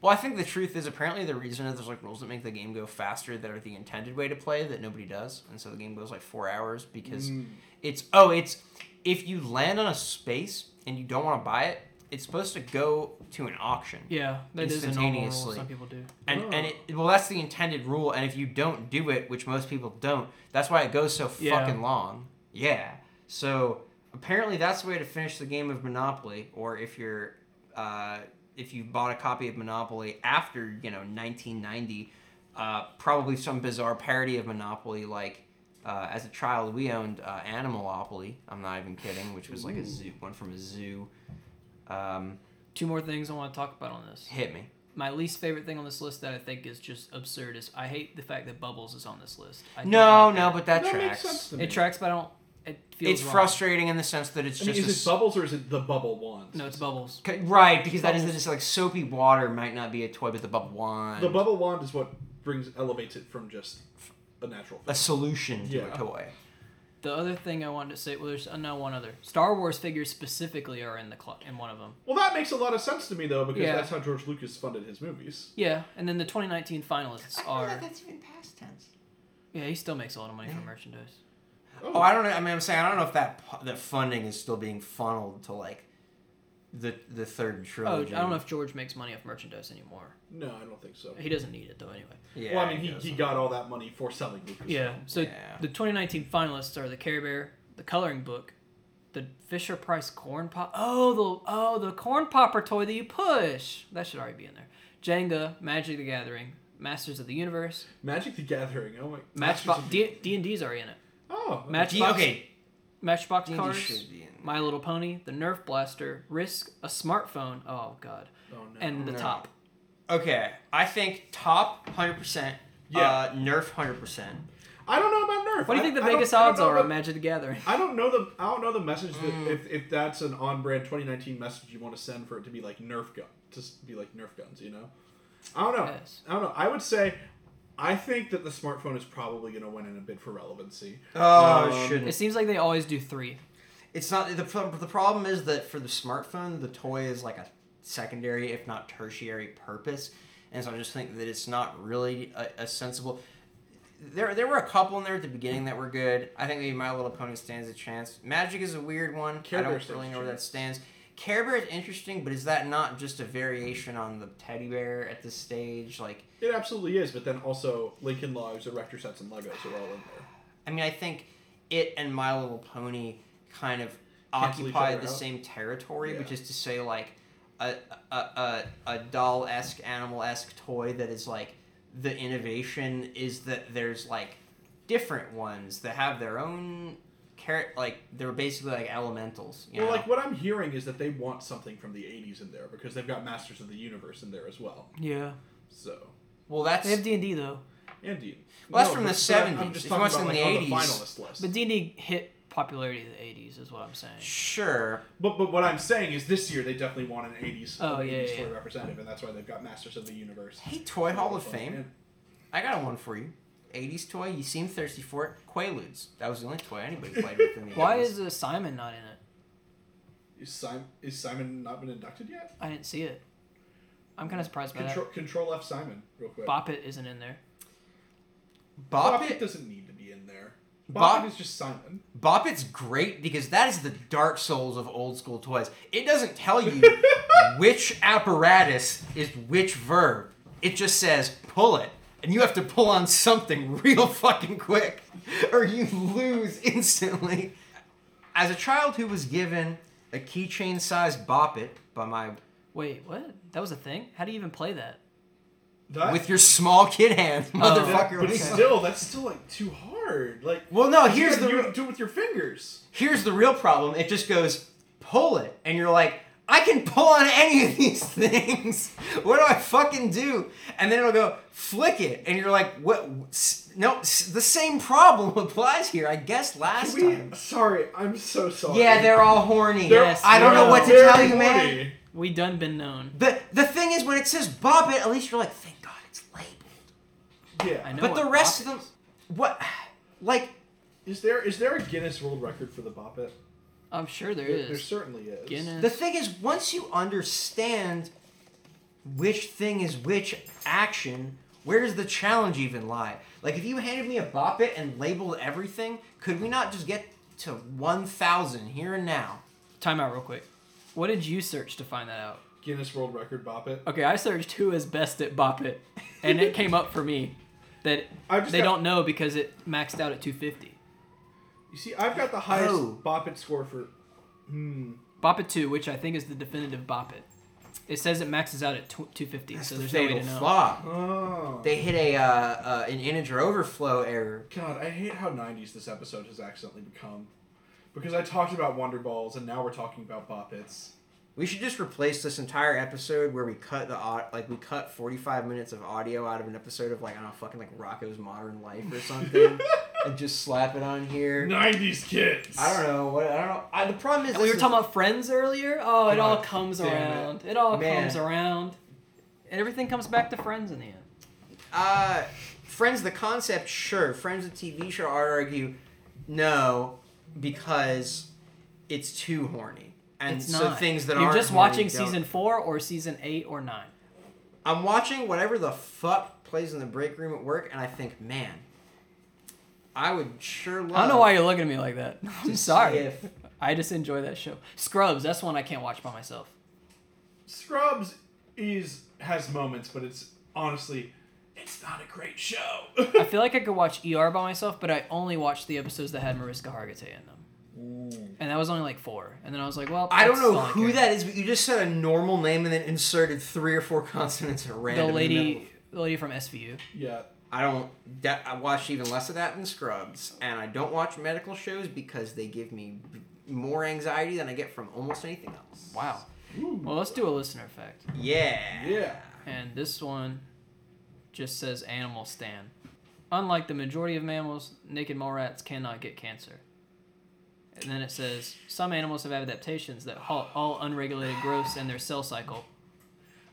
[SPEAKER 1] Well, I think the truth is apparently the reason is there's like rules that make the game go faster that are the intended way to play that nobody does, and so the game goes like four hours because
[SPEAKER 3] Mm.
[SPEAKER 1] it's oh it's if you land on a space and you don't want to buy it, it's supposed to go to an auction.
[SPEAKER 3] Yeah, that is a normal rule.
[SPEAKER 1] Instantaneously.
[SPEAKER 3] Some people do.
[SPEAKER 1] And and it well that's the intended rule and if you don't do it, which most people don't, that's why it goes so
[SPEAKER 3] Yeah.
[SPEAKER 1] fucking long. Yeah. So apparently that's the way to finish the game of Monopoly or if you're uh, if you bought a copy of Monopoly after, you know, 1990, uh, probably some bizarre parody of Monopoly like uh, as a child, we owned uh, Animalopoly. I'm not even kidding, which was like a zoo, one from a zoo. Um,
[SPEAKER 3] Two more things I want to talk about on this.
[SPEAKER 1] hit me.
[SPEAKER 3] My least favorite thing on this list that I think is just absurd is I hate the fact that Bubbles is on this list. I don't
[SPEAKER 1] No,
[SPEAKER 3] like
[SPEAKER 1] no,
[SPEAKER 3] that.
[SPEAKER 1] but that,
[SPEAKER 2] That makes
[SPEAKER 1] tracks.
[SPEAKER 2] sense to me.
[SPEAKER 3] It tracks, but I don't. It feels
[SPEAKER 1] it's
[SPEAKER 3] wrong.
[SPEAKER 1] frustrating in the sense that it's
[SPEAKER 2] I mean,
[SPEAKER 1] just a
[SPEAKER 2] is it
[SPEAKER 1] s-
[SPEAKER 2] bubbles or is it the bubble wands?
[SPEAKER 3] No, it's Bubbles.
[SPEAKER 1] c- right because that is just like soapy water might not be a toy, but the bubble wand,
[SPEAKER 2] The bubble wand is what brings elevates it from just a natural
[SPEAKER 1] a
[SPEAKER 2] thing.
[SPEAKER 1] solution to
[SPEAKER 2] Yeah.
[SPEAKER 1] a toy.
[SPEAKER 3] The other thing I wanted to say, well, there's uh, no one other. Star Wars figures specifically are in the cl- in one of them.
[SPEAKER 2] Well, that makes a lot of sense to me though, because
[SPEAKER 3] Yeah.
[SPEAKER 2] that's how George Lucas funded his movies.
[SPEAKER 3] Yeah, and then the 2019 finalists are.
[SPEAKER 1] that's even past tense.
[SPEAKER 3] Yeah, he still makes a lot of money from merchandise.
[SPEAKER 1] Oh, I don't know. I mean, I'm saying I don't know if that pu- that funding is still being funneled to like the the third
[SPEAKER 3] Oh,
[SPEAKER 1] trilogy.
[SPEAKER 3] I don't know if George makes money off merchandise anymore.
[SPEAKER 2] No, I don't think so.
[SPEAKER 3] He doesn't need it though, anyway.
[SPEAKER 1] Yeah,
[SPEAKER 2] well, I mean, he,
[SPEAKER 1] guess.
[SPEAKER 2] he got all that money for selling Lucas.
[SPEAKER 3] Yeah. So
[SPEAKER 1] Yeah.
[SPEAKER 3] the 2019 finalists are the Care Bear, the Coloring Book, the Fisher Price Corn Pop. Oh, the oh the corn popper toy that you push. That should already be in there. Jenga, Magic the Gathering, Masters of the Universe,
[SPEAKER 2] Magic the Gathering. Oh my.
[SPEAKER 3] Matchbox.
[SPEAKER 2] Masters of-
[SPEAKER 3] D and D's already in it.
[SPEAKER 2] Oh. okay.
[SPEAKER 3] Match-
[SPEAKER 1] D- okay.
[SPEAKER 3] Matchbox
[SPEAKER 1] D&D
[SPEAKER 3] cars,
[SPEAKER 1] should be in there.
[SPEAKER 3] My Little Pony, the Nerf blaster, Risk, a smartphone. Oh God,
[SPEAKER 2] Oh, no.
[SPEAKER 3] and the
[SPEAKER 1] No.
[SPEAKER 3] top.
[SPEAKER 1] Okay, I think top hundred percent.
[SPEAKER 2] Yeah.
[SPEAKER 1] Uh, Nerf hundred percent.
[SPEAKER 2] I don't know about Nerf.
[SPEAKER 3] What do you
[SPEAKER 2] I-
[SPEAKER 3] think the
[SPEAKER 2] I don't-
[SPEAKER 3] Vegas
[SPEAKER 2] I don't
[SPEAKER 3] odds
[SPEAKER 2] know
[SPEAKER 3] are
[SPEAKER 2] about-
[SPEAKER 3] on Magic the Gathering?
[SPEAKER 2] I don't know the I don't know the message that
[SPEAKER 1] Mm.
[SPEAKER 2] if, if that's an on brand 2019 message you want to send for it to be like Nerf gun, just be like Nerf guns, you know. I don't know.
[SPEAKER 3] Yes.
[SPEAKER 2] I don't know. I would say, I think that the smartphone is probably going to win in a bid for relevancy.
[SPEAKER 1] Oh,
[SPEAKER 2] Um,
[SPEAKER 1] shouldn't.
[SPEAKER 3] It seems like they always do three.
[SPEAKER 1] It's not the pro- the problem is that for the smartphone, the toy is like a secondary, if not tertiary, purpose, and so I just think that it's not really a, a sensible. There, there were a couple in there at the beginning that were good. I think maybe My Little Pony stands a chance. Magic is a weird one.
[SPEAKER 2] Care
[SPEAKER 1] I
[SPEAKER 2] Bear
[SPEAKER 1] don't
[SPEAKER 2] stands
[SPEAKER 1] really
[SPEAKER 2] a
[SPEAKER 1] know where that
[SPEAKER 2] chance.
[SPEAKER 1] stands. Care Bear is interesting, but is that not just a variation on the teddy bear at this stage? Like,
[SPEAKER 2] It absolutely is, but then also Lincoln Logs, Erector Sets, and Legos are all in there.
[SPEAKER 1] I mean, I think it and My Little Pony kind of
[SPEAKER 2] Cancel each
[SPEAKER 1] occupy
[SPEAKER 2] other
[SPEAKER 1] the
[SPEAKER 2] out.
[SPEAKER 1] same territory, which
[SPEAKER 2] Yeah.
[SPEAKER 1] is to say, like a a a, a doll esque, animal esque toy that is like the innovation is that there's like different ones that have their own char- like they're basically like elementals. You
[SPEAKER 2] Well,
[SPEAKER 1] know?
[SPEAKER 2] like what I'm hearing is that they want something from the 80s in there because they've got Masters of the Universe in there as well.
[SPEAKER 3] Yeah,
[SPEAKER 2] So,
[SPEAKER 1] well, that's
[SPEAKER 3] they have D and D though,
[SPEAKER 2] and you.
[SPEAKER 1] Well, that's from the
[SPEAKER 2] but-
[SPEAKER 1] 70s.
[SPEAKER 2] but I'm- I'm
[SPEAKER 1] If
[SPEAKER 2] just
[SPEAKER 1] you
[SPEAKER 2] talking
[SPEAKER 1] want
[SPEAKER 2] about
[SPEAKER 1] something
[SPEAKER 2] like
[SPEAKER 1] in
[SPEAKER 2] on
[SPEAKER 1] the
[SPEAKER 2] the
[SPEAKER 1] 80s,
[SPEAKER 2] finalist list.
[SPEAKER 3] but D and D hit popularity of the 80s, is what I'm saying.
[SPEAKER 1] Sure.
[SPEAKER 2] But but what I'm saying is this year they definitely want an 80s,
[SPEAKER 3] Oh,
[SPEAKER 2] an
[SPEAKER 3] yeah,
[SPEAKER 2] 80s
[SPEAKER 3] yeah,
[SPEAKER 2] toy
[SPEAKER 3] yeah.
[SPEAKER 2] representative, and that's why they've got Masters of the Universe.
[SPEAKER 1] Hey, Toy Hall of Fame. I got one for you. 80s toy. You seem thirsty for it. Quaaludes. That was the only toy anybody played with in the 80s.
[SPEAKER 3] Why is uh, Simon not in it?
[SPEAKER 2] Is Simon, is Simon not been inducted yet?
[SPEAKER 3] I didn't see it. I'm kind of surprised by
[SPEAKER 2] Control, control F Simon, real quick.
[SPEAKER 3] that. Bop It isn't in there.
[SPEAKER 1] Bop
[SPEAKER 2] Bop It
[SPEAKER 1] It?
[SPEAKER 2] doesn't need to be in there. Bop,
[SPEAKER 1] Bop-
[SPEAKER 2] It is just Simon.
[SPEAKER 1] Bop It's great because that is the Dark Souls of old school toys. It doesn't tell you which apparatus is which verb. It just says pull it, and you have to pull on something real fucking quick, or you lose instantly. As a child who was given a keychain-sized Bop It by my
[SPEAKER 3] Wait, what? That was a thing? How do you even play that?
[SPEAKER 2] That,
[SPEAKER 1] with your small kid hands,
[SPEAKER 2] that,
[SPEAKER 1] motherfucker.
[SPEAKER 2] but still, that's still like too hard. Like,
[SPEAKER 1] well, no.
[SPEAKER 2] you
[SPEAKER 1] Here's
[SPEAKER 2] gotta
[SPEAKER 1] the
[SPEAKER 2] do
[SPEAKER 1] real-
[SPEAKER 2] it- do it with your fingers.
[SPEAKER 1] here's the real problem. It just goes, pull it. And you're like, I can pull on any of these things. What do I fucking do? And then it'll go, flick it. And you're like, what? s- No, s- the same problem applies here, I guess, last
[SPEAKER 2] We,
[SPEAKER 1] time.
[SPEAKER 2] sorry, I'm so sorry.
[SPEAKER 1] Yeah, they're all horny.
[SPEAKER 2] They're-
[SPEAKER 3] Yes,
[SPEAKER 1] I don't
[SPEAKER 3] they're
[SPEAKER 1] know what to
[SPEAKER 2] they're
[SPEAKER 1] tell you, man.
[SPEAKER 2] horny.
[SPEAKER 3] We done been known.
[SPEAKER 1] The, the thing is, when it says bop it, at least you're like, thank God it's labeled.
[SPEAKER 2] Yeah.
[SPEAKER 3] I know.
[SPEAKER 1] But
[SPEAKER 3] what
[SPEAKER 1] the
[SPEAKER 3] Bop
[SPEAKER 1] rest of
[SPEAKER 3] It
[SPEAKER 1] them,
[SPEAKER 3] is.
[SPEAKER 1] what? Like,
[SPEAKER 2] Is there is there a Guinness World Record for the Bop It?
[SPEAKER 3] I'm sure there
[SPEAKER 2] There, there
[SPEAKER 3] is.
[SPEAKER 2] certainly is.
[SPEAKER 3] Guinness.
[SPEAKER 1] The thing is, once you understand which thing is which action, where does the challenge even lie? Like, if you handed me a bop it and labeled everything, could we not just get to 1,000 here and now?
[SPEAKER 3] Time out real quick. What did you search to find that out?
[SPEAKER 2] Guinness World Record Bop It.
[SPEAKER 3] Okay, I searched who is best at Bop It, and it came up for me that
[SPEAKER 2] I've just
[SPEAKER 3] they
[SPEAKER 2] got-
[SPEAKER 3] don't know because it maxed out at 250.
[SPEAKER 2] You see, I've got the highest
[SPEAKER 1] Oh.
[SPEAKER 2] Bop It score for.
[SPEAKER 3] Bop It 2, which I think is the definitive Bop It. It says it maxes out at tw 250, so there's no way
[SPEAKER 1] Fatal
[SPEAKER 3] to know.
[SPEAKER 1] flop.
[SPEAKER 2] Oh.
[SPEAKER 1] They hit a uh, uh, an integer overflow error.
[SPEAKER 2] God, I hate how 90s this episode has accidentally become. Because I talked about Wonder Balls and now we're talking about Bop Its.
[SPEAKER 1] We should just replace this entire episode where we cut the au- like we cut 45 minutes of audio out of an episode of like I don't know fucking like Rocco's Modern Life or something and just slap it on here.
[SPEAKER 2] 90s kids!
[SPEAKER 1] I don't know what I don't know. I, the problem is
[SPEAKER 3] And we
[SPEAKER 1] this
[SPEAKER 3] were
[SPEAKER 1] is-
[SPEAKER 3] talking about friends earlier. Oh, it all
[SPEAKER 2] God
[SPEAKER 3] comes
[SPEAKER 2] damn it.
[SPEAKER 3] around. It, all
[SPEAKER 1] Man.
[SPEAKER 3] comes around. And everything comes back to friends in the end.
[SPEAKER 1] uh, Friends. The concept, sure. Friends, the TV show. I'd argue, no, because it's too horny, and
[SPEAKER 3] It's
[SPEAKER 1] so
[SPEAKER 3] not.
[SPEAKER 1] things that
[SPEAKER 3] You're
[SPEAKER 1] aren't
[SPEAKER 3] just
[SPEAKER 1] horny
[SPEAKER 3] watching
[SPEAKER 1] don't-
[SPEAKER 3] season four or season eight or nine.
[SPEAKER 1] I'm watching whatever the fuck plays in the break room at work, and I think, man, I would sure love.
[SPEAKER 3] I don't know why you're looking at me like that. I'm
[SPEAKER 1] see
[SPEAKER 3] sorry.
[SPEAKER 1] Oh. if-
[SPEAKER 3] I just enjoy that show. Scrubs. That's one I can't watch by myself.
[SPEAKER 2] Scrubs is has moments, but it's honestly, it's not a great show.
[SPEAKER 3] I feel like I could watch ER by myself, but I only watched the episodes that had Mariska Hargitay in them. And that was only like four. And then I was like, well,
[SPEAKER 1] I don't
[SPEAKER 3] that's
[SPEAKER 1] know
[SPEAKER 3] all I
[SPEAKER 1] who
[SPEAKER 3] care.
[SPEAKER 1] that is, but you just said a normal name and then inserted three or four consonants at
[SPEAKER 3] The
[SPEAKER 1] random. in middle of-
[SPEAKER 3] lady, the lady from SVU.
[SPEAKER 2] yeah.
[SPEAKER 1] I don't. That, I watch even less of that than Scrubs, and I don't watch medical shows because they give me b- more anxiety than I get from almost anything else.
[SPEAKER 3] Wow. Well, let's do a listener effect.
[SPEAKER 1] Yeah.
[SPEAKER 2] Yeah.
[SPEAKER 3] And this one just says animal stand. Unlike the majority of mammals, naked mole rats cannot get cancer. And then it says some animals have adaptations that halt all unregulated growths in their cell cycle.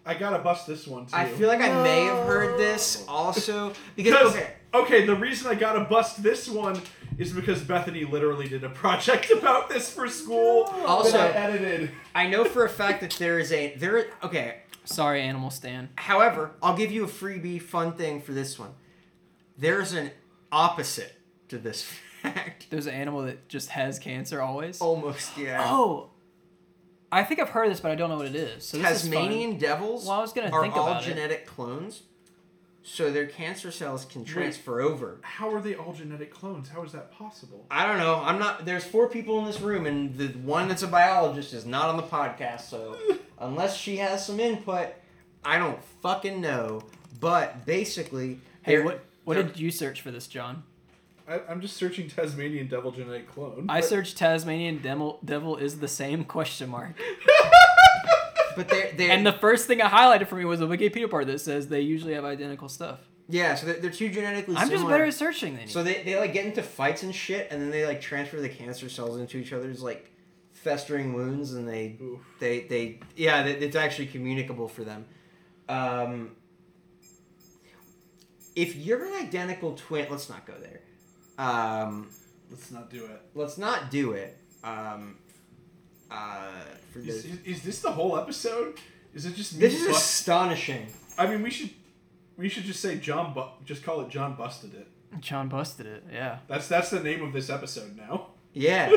[SPEAKER 2] I gotta bust this one too.
[SPEAKER 1] I feel like I may have heard this also because okay,
[SPEAKER 2] okay, the reason I gotta bust this one is because Bethany literally did a project about this for school
[SPEAKER 1] Also-
[SPEAKER 2] that I edited.
[SPEAKER 1] I know for a fact that there is a there. Okay,
[SPEAKER 3] Sorry, animal stand.
[SPEAKER 1] However, I'll give you a freebie fun thing for this one. There's an opposite to this fact.
[SPEAKER 3] There's an animal that just has cancer always. Oh,
[SPEAKER 1] Almost, yeah.
[SPEAKER 3] I think I've heard this, but I don't know what it is. So this is fun.
[SPEAKER 1] Tasmanian devils
[SPEAKER 3] Well, I was gonna
[SPEAKER 1] are
[SPEAKER 3] think
[SPEAKER 1] all
[SPEAKER 3] about it.
[SPEAKER 1] genetic clones, so their cancer cells can transfer over.
[SPEAKER 2] How are they all genetic clones? How is that possible?
[SPEAKER 1] I don't know. I'm not. There's four people in this room, and the one that's a biologist is not on the podcast. So unless she has some input, I don't fucking know. But basically,
[SPEAKER 3] Hey,
[SPEAKER 1] they're-
[SPEAKER 3] what what
[SPEAKER 1] they're-
[SPEAKER 3] did you search for this, John?
[SPEAKER 2] I, I'm just searching Tasmanian devil genetic clone.
[SPEAKER 3] I searched Tasmanian devil. Devil is the same question mark.
[SPEAKER 1] But they they
[SPEAKER 3] And the first thing I highlighted for me was the Wikipedia part that says they usually have identical stuff.
[SPEAKER 1] Yeah, so they're, they're two genetically
[SPEAKER 3] I'm just
[SPEAKER 1] similar.
[SPEAKER 3] better at searching than you.
[SPEAKER 1] So they, they like get into fights and shit, and then they like transfer the cancer cells into each other's like festering wounds, and they
[SPEAKER 2] Oof.
[SPEAKER 1] they they yeah, they, it's actually communicable for them. Um, if you're an identical twin, let's not go there. Um,
[SPEAKER 2] Let's not do it.
[SPEAKER 1] let's not do it. Um, uh, for
[SPEAKER 2] Is,
[SPEAKER 1] this,
[SPEAKER 2] is, is this the whole episode? Is it just me?
[SPEAKER 1] this is
[SPEAKER 2] bust-
[SPEAKER 1] astonishing.
[SPEAKER 2] I mean, we should we should just say John. Bu- just call it John busted it.
[SPEAKER 3] John busted it. Yeah.
[SPEAKER 2] That's that's the name of this episode now.
[SPEAKER 1] Yeah.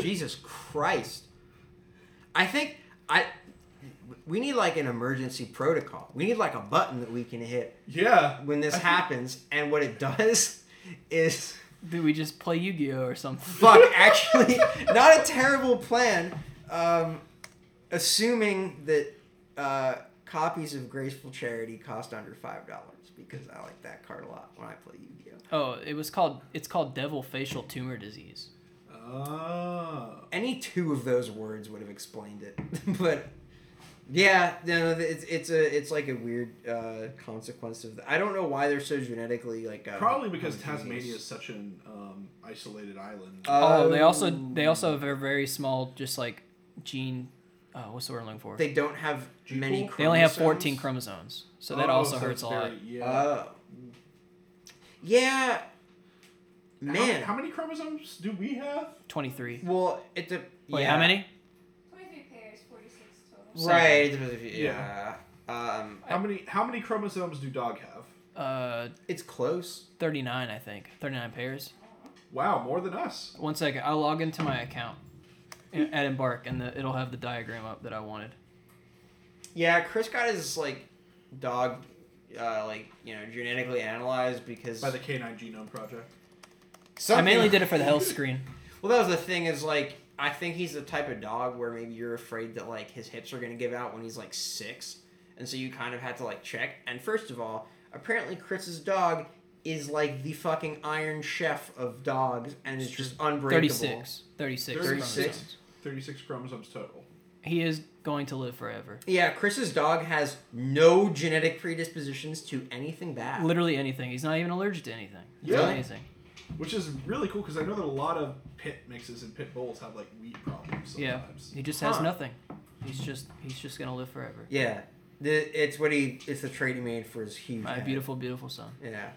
[SPEAKER 1] Jesus Christ. I think I we need like an emergency protocol. We need like a button that we can hit
[SPEAKER 2] Yeah.
[SPEAKER 1] when this
[SPEAKER 2] I think-
[SPEAKER 1] happens and what it does is
[SPEAKER 3] Did we just play Yu-Gi-Oh or something?
[SPEAKER 1] fuck actually not a terrible plan um assuming that uh copies of Graceful Charity cost under $5 because I like that card a lot when I play Yu-Gi-Oh.
[SPEAKER 3] Oh, it was called. It's called Devil Facial Tumor Disease.
[SPEAKER 2] Oh.
[SPEAKER 1] any two of those words would have explained it but yeah no it's it's a it's like a weird uh consequence of i don't know why they're so genetically like uh,
[SPEAKER 2] Probably because
[SPEAKER 1] homogeneous.
[SPEAKER 2] Tasmania is such an um, isolated island.
[SPEAKER 1] Uh,
[SPEAKER 3] Oh, they also they also have a very small, just like gene. Uh, what's the word I'm looking for? They,
[SPEAKER 1] they don't have
[SPEAKER 2] G
[SPEAKER 1] many
[SPEAKER 2] pool?
[SPEAKER 3] only have
[SPEAKER 1] chromosomes.
[SPEAKER 3] 14 chromosomes, so that
[SPEAKER 2] Oh,
[SPEAKER 3] also
[SPEAKER 2] so
[SPEAKER 3] hurts
[SPEAKER 2] it's
[SPEAKER 3] a lot.
[SPEAKER 2] very- Yeah.
[SPEAKER 1] uh, Oh. yeah
[SPEAKER 2] How-
[SPEAKER 1] man
[SPEAKER 2] How, many chromosomes do we have?
[SPEAKER 3] 23.
[SPEAKER 1] well it de-
[SPEAKER 3] Wait,
[SPEAKER 1] yeah.
[SPEAKER 3] how many?
[SPEAKER 9] 23 pairs, 46 total.
[SPEAKER 1] right it depends if you- yeah. um
[SPEAKER 2] How many how many chromosomes do dog have?
[SPEAKER 3] Uh,
[SPEAKER 1] it's close
[SPEAKER 3] 39, I think. 39 pairs.
[SPEAKER 2] Wow, more than us.
[SPEAKER 3] One second, I'll log into my account in- at Embark, and the, it'll have the diagram up that I wanted.
[SPEAKER 1] Yeah, Chris got his like dog, uh, like you know, genetically analyzed because
[SPEAKER 2] By the Canine Genome Project.
[SPEAKER 1] something-
[SPEAKER 3] I mainly did it for the health screen.
[SPEAKER 1] Well, that was the thing is like I think he's the type of dog where maybe you're afraid that like his hips are gonna give out when he's like six, and so you kind of had to like check. And first of all, apparently Chris's dog is like the fucking Iron Chef of dogs, and it's just unbreakable.
[SPEAKER 3] 36. 36.
[SPEAKER 2] 36.
[SPEAKER 3] chromosomes.
[SPEAKER 2] Thirty six chromosomes total.
[SPEAKER 3] He is going to live forever.
[SPEAKER 1] Yeah, Chris's dog has no genetic predispositions to anything bad.
[SPEAKER 3] Literally anything. He's not even allergic to anything. It's
[SPEAKER 2] Yeah.
[SPEAKER 3] amazing.
[SPEAKER 2] Which is really cool because I know that a lot of pit mixes and pit bulls have like wheat problems
[SPEAKER 3] Yeah.
[SPEAKER 2] sometimes.
[SPEAKER 3] He just has
[SPEAKER 1] Huh.
[SPEAKER 3] nothing. He's just he's just gonna live forever.
[SPEAKER 1] Yeah, the, it's what he it's the trait he made for his huge.
[SPEAKER 3] My
[SPEAKER 1] head.
[SPEAKER 3] beautiful, beautiful son.
[SPEAKER 1] Yeah,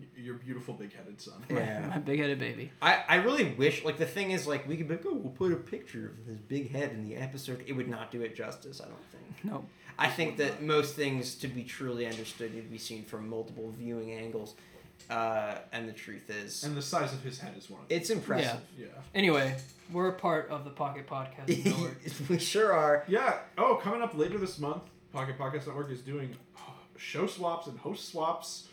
[SPEAKER 2] Y- Your beautiful big headed son.
[SPEAKER 1] yeah.
[SPEAKER 3] My big headed baby.
[SPEAKER 1] I, I really wish like the thing is like we could be like, oh we'll put a picture of his big head in the episode. It would not do it justice. I don't think.
[SPEAKER 3] Nope.
[SPEAKER 1] I think that most things to be truly understood need to be seen from multiple viewing angles, uh, and the truth is,
[SPEAKER 2] And the size of his head is one of
[SPEAKER 1] it's impressive.
[SPEAKER 2] Yeah.
[SPEAKER 3] Anyway, we're a part of the Pocket Podcast Network.
[SPEAKER 1] we sure are.
[SPEAKER 2] Yeah. Oh, coming up later this month, Pocket Podcast Network is doing uh, show swaps and host swaps.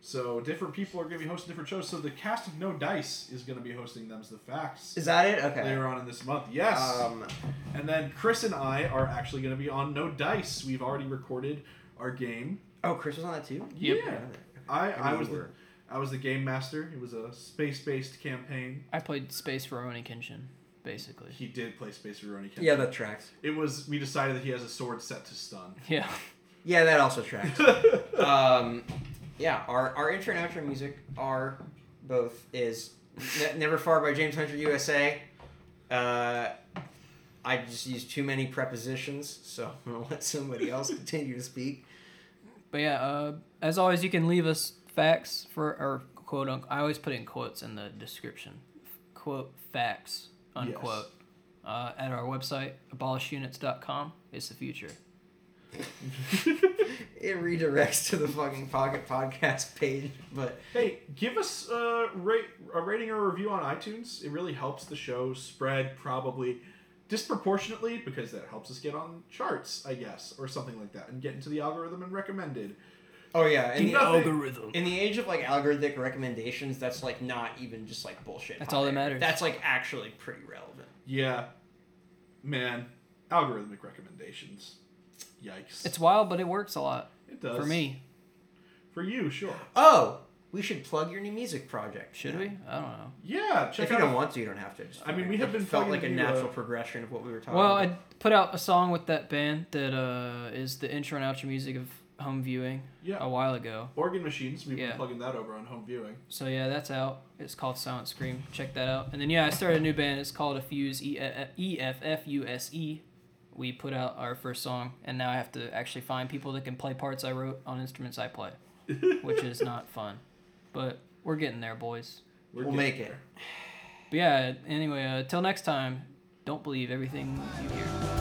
[SPEAKER 2] So different people are going to be hosting different shows. So the cast of No Dice is going to be hosting them's the facts
[SPEAKER 1] Is that it? Okay.
[SPEAKER 2] later on in this month. Yes.
[SPEAKER 1] Um,
[SPEAKER 2] and then Chris and I are actually going to be on No Dice. We've already recorded our game.
[SPEAKER 1] oh, Chris was on that too.
[SPEAKER 3] Yep.
[SPEAKER 2] Yeah. I, I
[SPEAKER 1] knew
[SPEAKER 2] was
[SPEAKER 1] you
[SPEAKER 2] the,
[SPEAKER 1] were.
[SPEAKER 2] I was the game master. It was a space based campaign.
[SPEAKER 3] I played Space for Rowan Kenshin, basically.
[SPEAKER 2] He did play Space Veroni.
[SPEAKER 1] Yeah, that tracks.
[SPEAKER 2] It was we decided that he has a sword set to stun.
[SPEAKER 3] Yeah.
[SPEAKER 1] Yeah, that also tracks. um, yeah, our, our intro and outro music are both is ne- Never Far by James Hunter USA. Uh, I just used too many prepositions, so I'm going to let somebody else continue to speak.
[SPEAKER 3] But yeah, uh, as always, you can leave us facts for or quote unquote. I always put in quotes in the description, quote facts unquote. Uh, at our website, abolishunits.com. It's the future.
[SPEAKER 1] It redirects to the fucking Pocket Podcast page, but
[SPEAKER 2] Hey, give us a rate, a rating or a review on iTunes. It really helps the show spread, probably disproportionately, because that helps us get on charts, I guess, or something like that, and get into the algorithm and recommended.
[SPEAKER 1] oh yeah, in the,
[SPEAKER 2] Nothing-
[SPEAKER 1] in the age of like algorithmic recommendations, that's like not even just like bullshit.
[SPEAKER 3] That's all that
[SPEAKER 1] hot air.
[SPEAKER 3] matters.
[SPEAKER 1] That's like actually pretty relevant.
[SPEAKER 2] Yeah, man, algorithmic recommendations. Yikes!
[SPEAKER 3] It's wild, but it works a lot
[SPEAKER 2] it does
[SPEAKER 3] for me.
[SPEAKER 2] For you, sure.
[SPEAKER 1] Oh, we should plug your new music project.
[SPEAKER 3] Should we? I don't know.
[SPEAKER 2] Yeah, check
[SPEAKER 1] if you
[SPEAKER 2] out
[SPEAKER 1] don't want to, you don't have to. Just
[SPEAKER 2] I mean, we have
[SPEAKER 1] it
[SPEAKER 2] been uh,
[SPEAKER 1] felt
[SPEAKER 2] fucking
[SPEAKER 1] like a
[SPEAKER 2] to do
[SPEAKER 1] natural
[SPEAKER 2] a-
[SPEAKER 1] progression of what we were talking.
[SPEAKER 3] Well,
[SPEAKER 1] about.
[SPEAKER 3] I put out a song with that band that uh, is the intro and outro music of home viewing
[SPEAKER 2] Yeah.
[SPEAKER 3] a while ago.
[SPEAKER 2] Organ machines. We've
[SPEAKER 3] Yeah.
[SPEAKER 2] been plugging that over on home viewing.
[SPEAKER 3] So yeah, that's out. It's called Silent Scream. Check that out. And then yeah, I started a new band. It's called Effuse E F F U S E. We put out our first song, and now I have to actually find people that can play parts I wrote on instruments I play, which is not fun. But we're getting there, boys.
[SPEAKER 2] We're
[SPEAKER 1] We'll
[SPEAKER 2] getting
[SPEAKER 1] make it.
[SPEAKER 2] there.
[SPEAKER 3] But yeah, anyway, uh, till next time, don't believe everything you hear.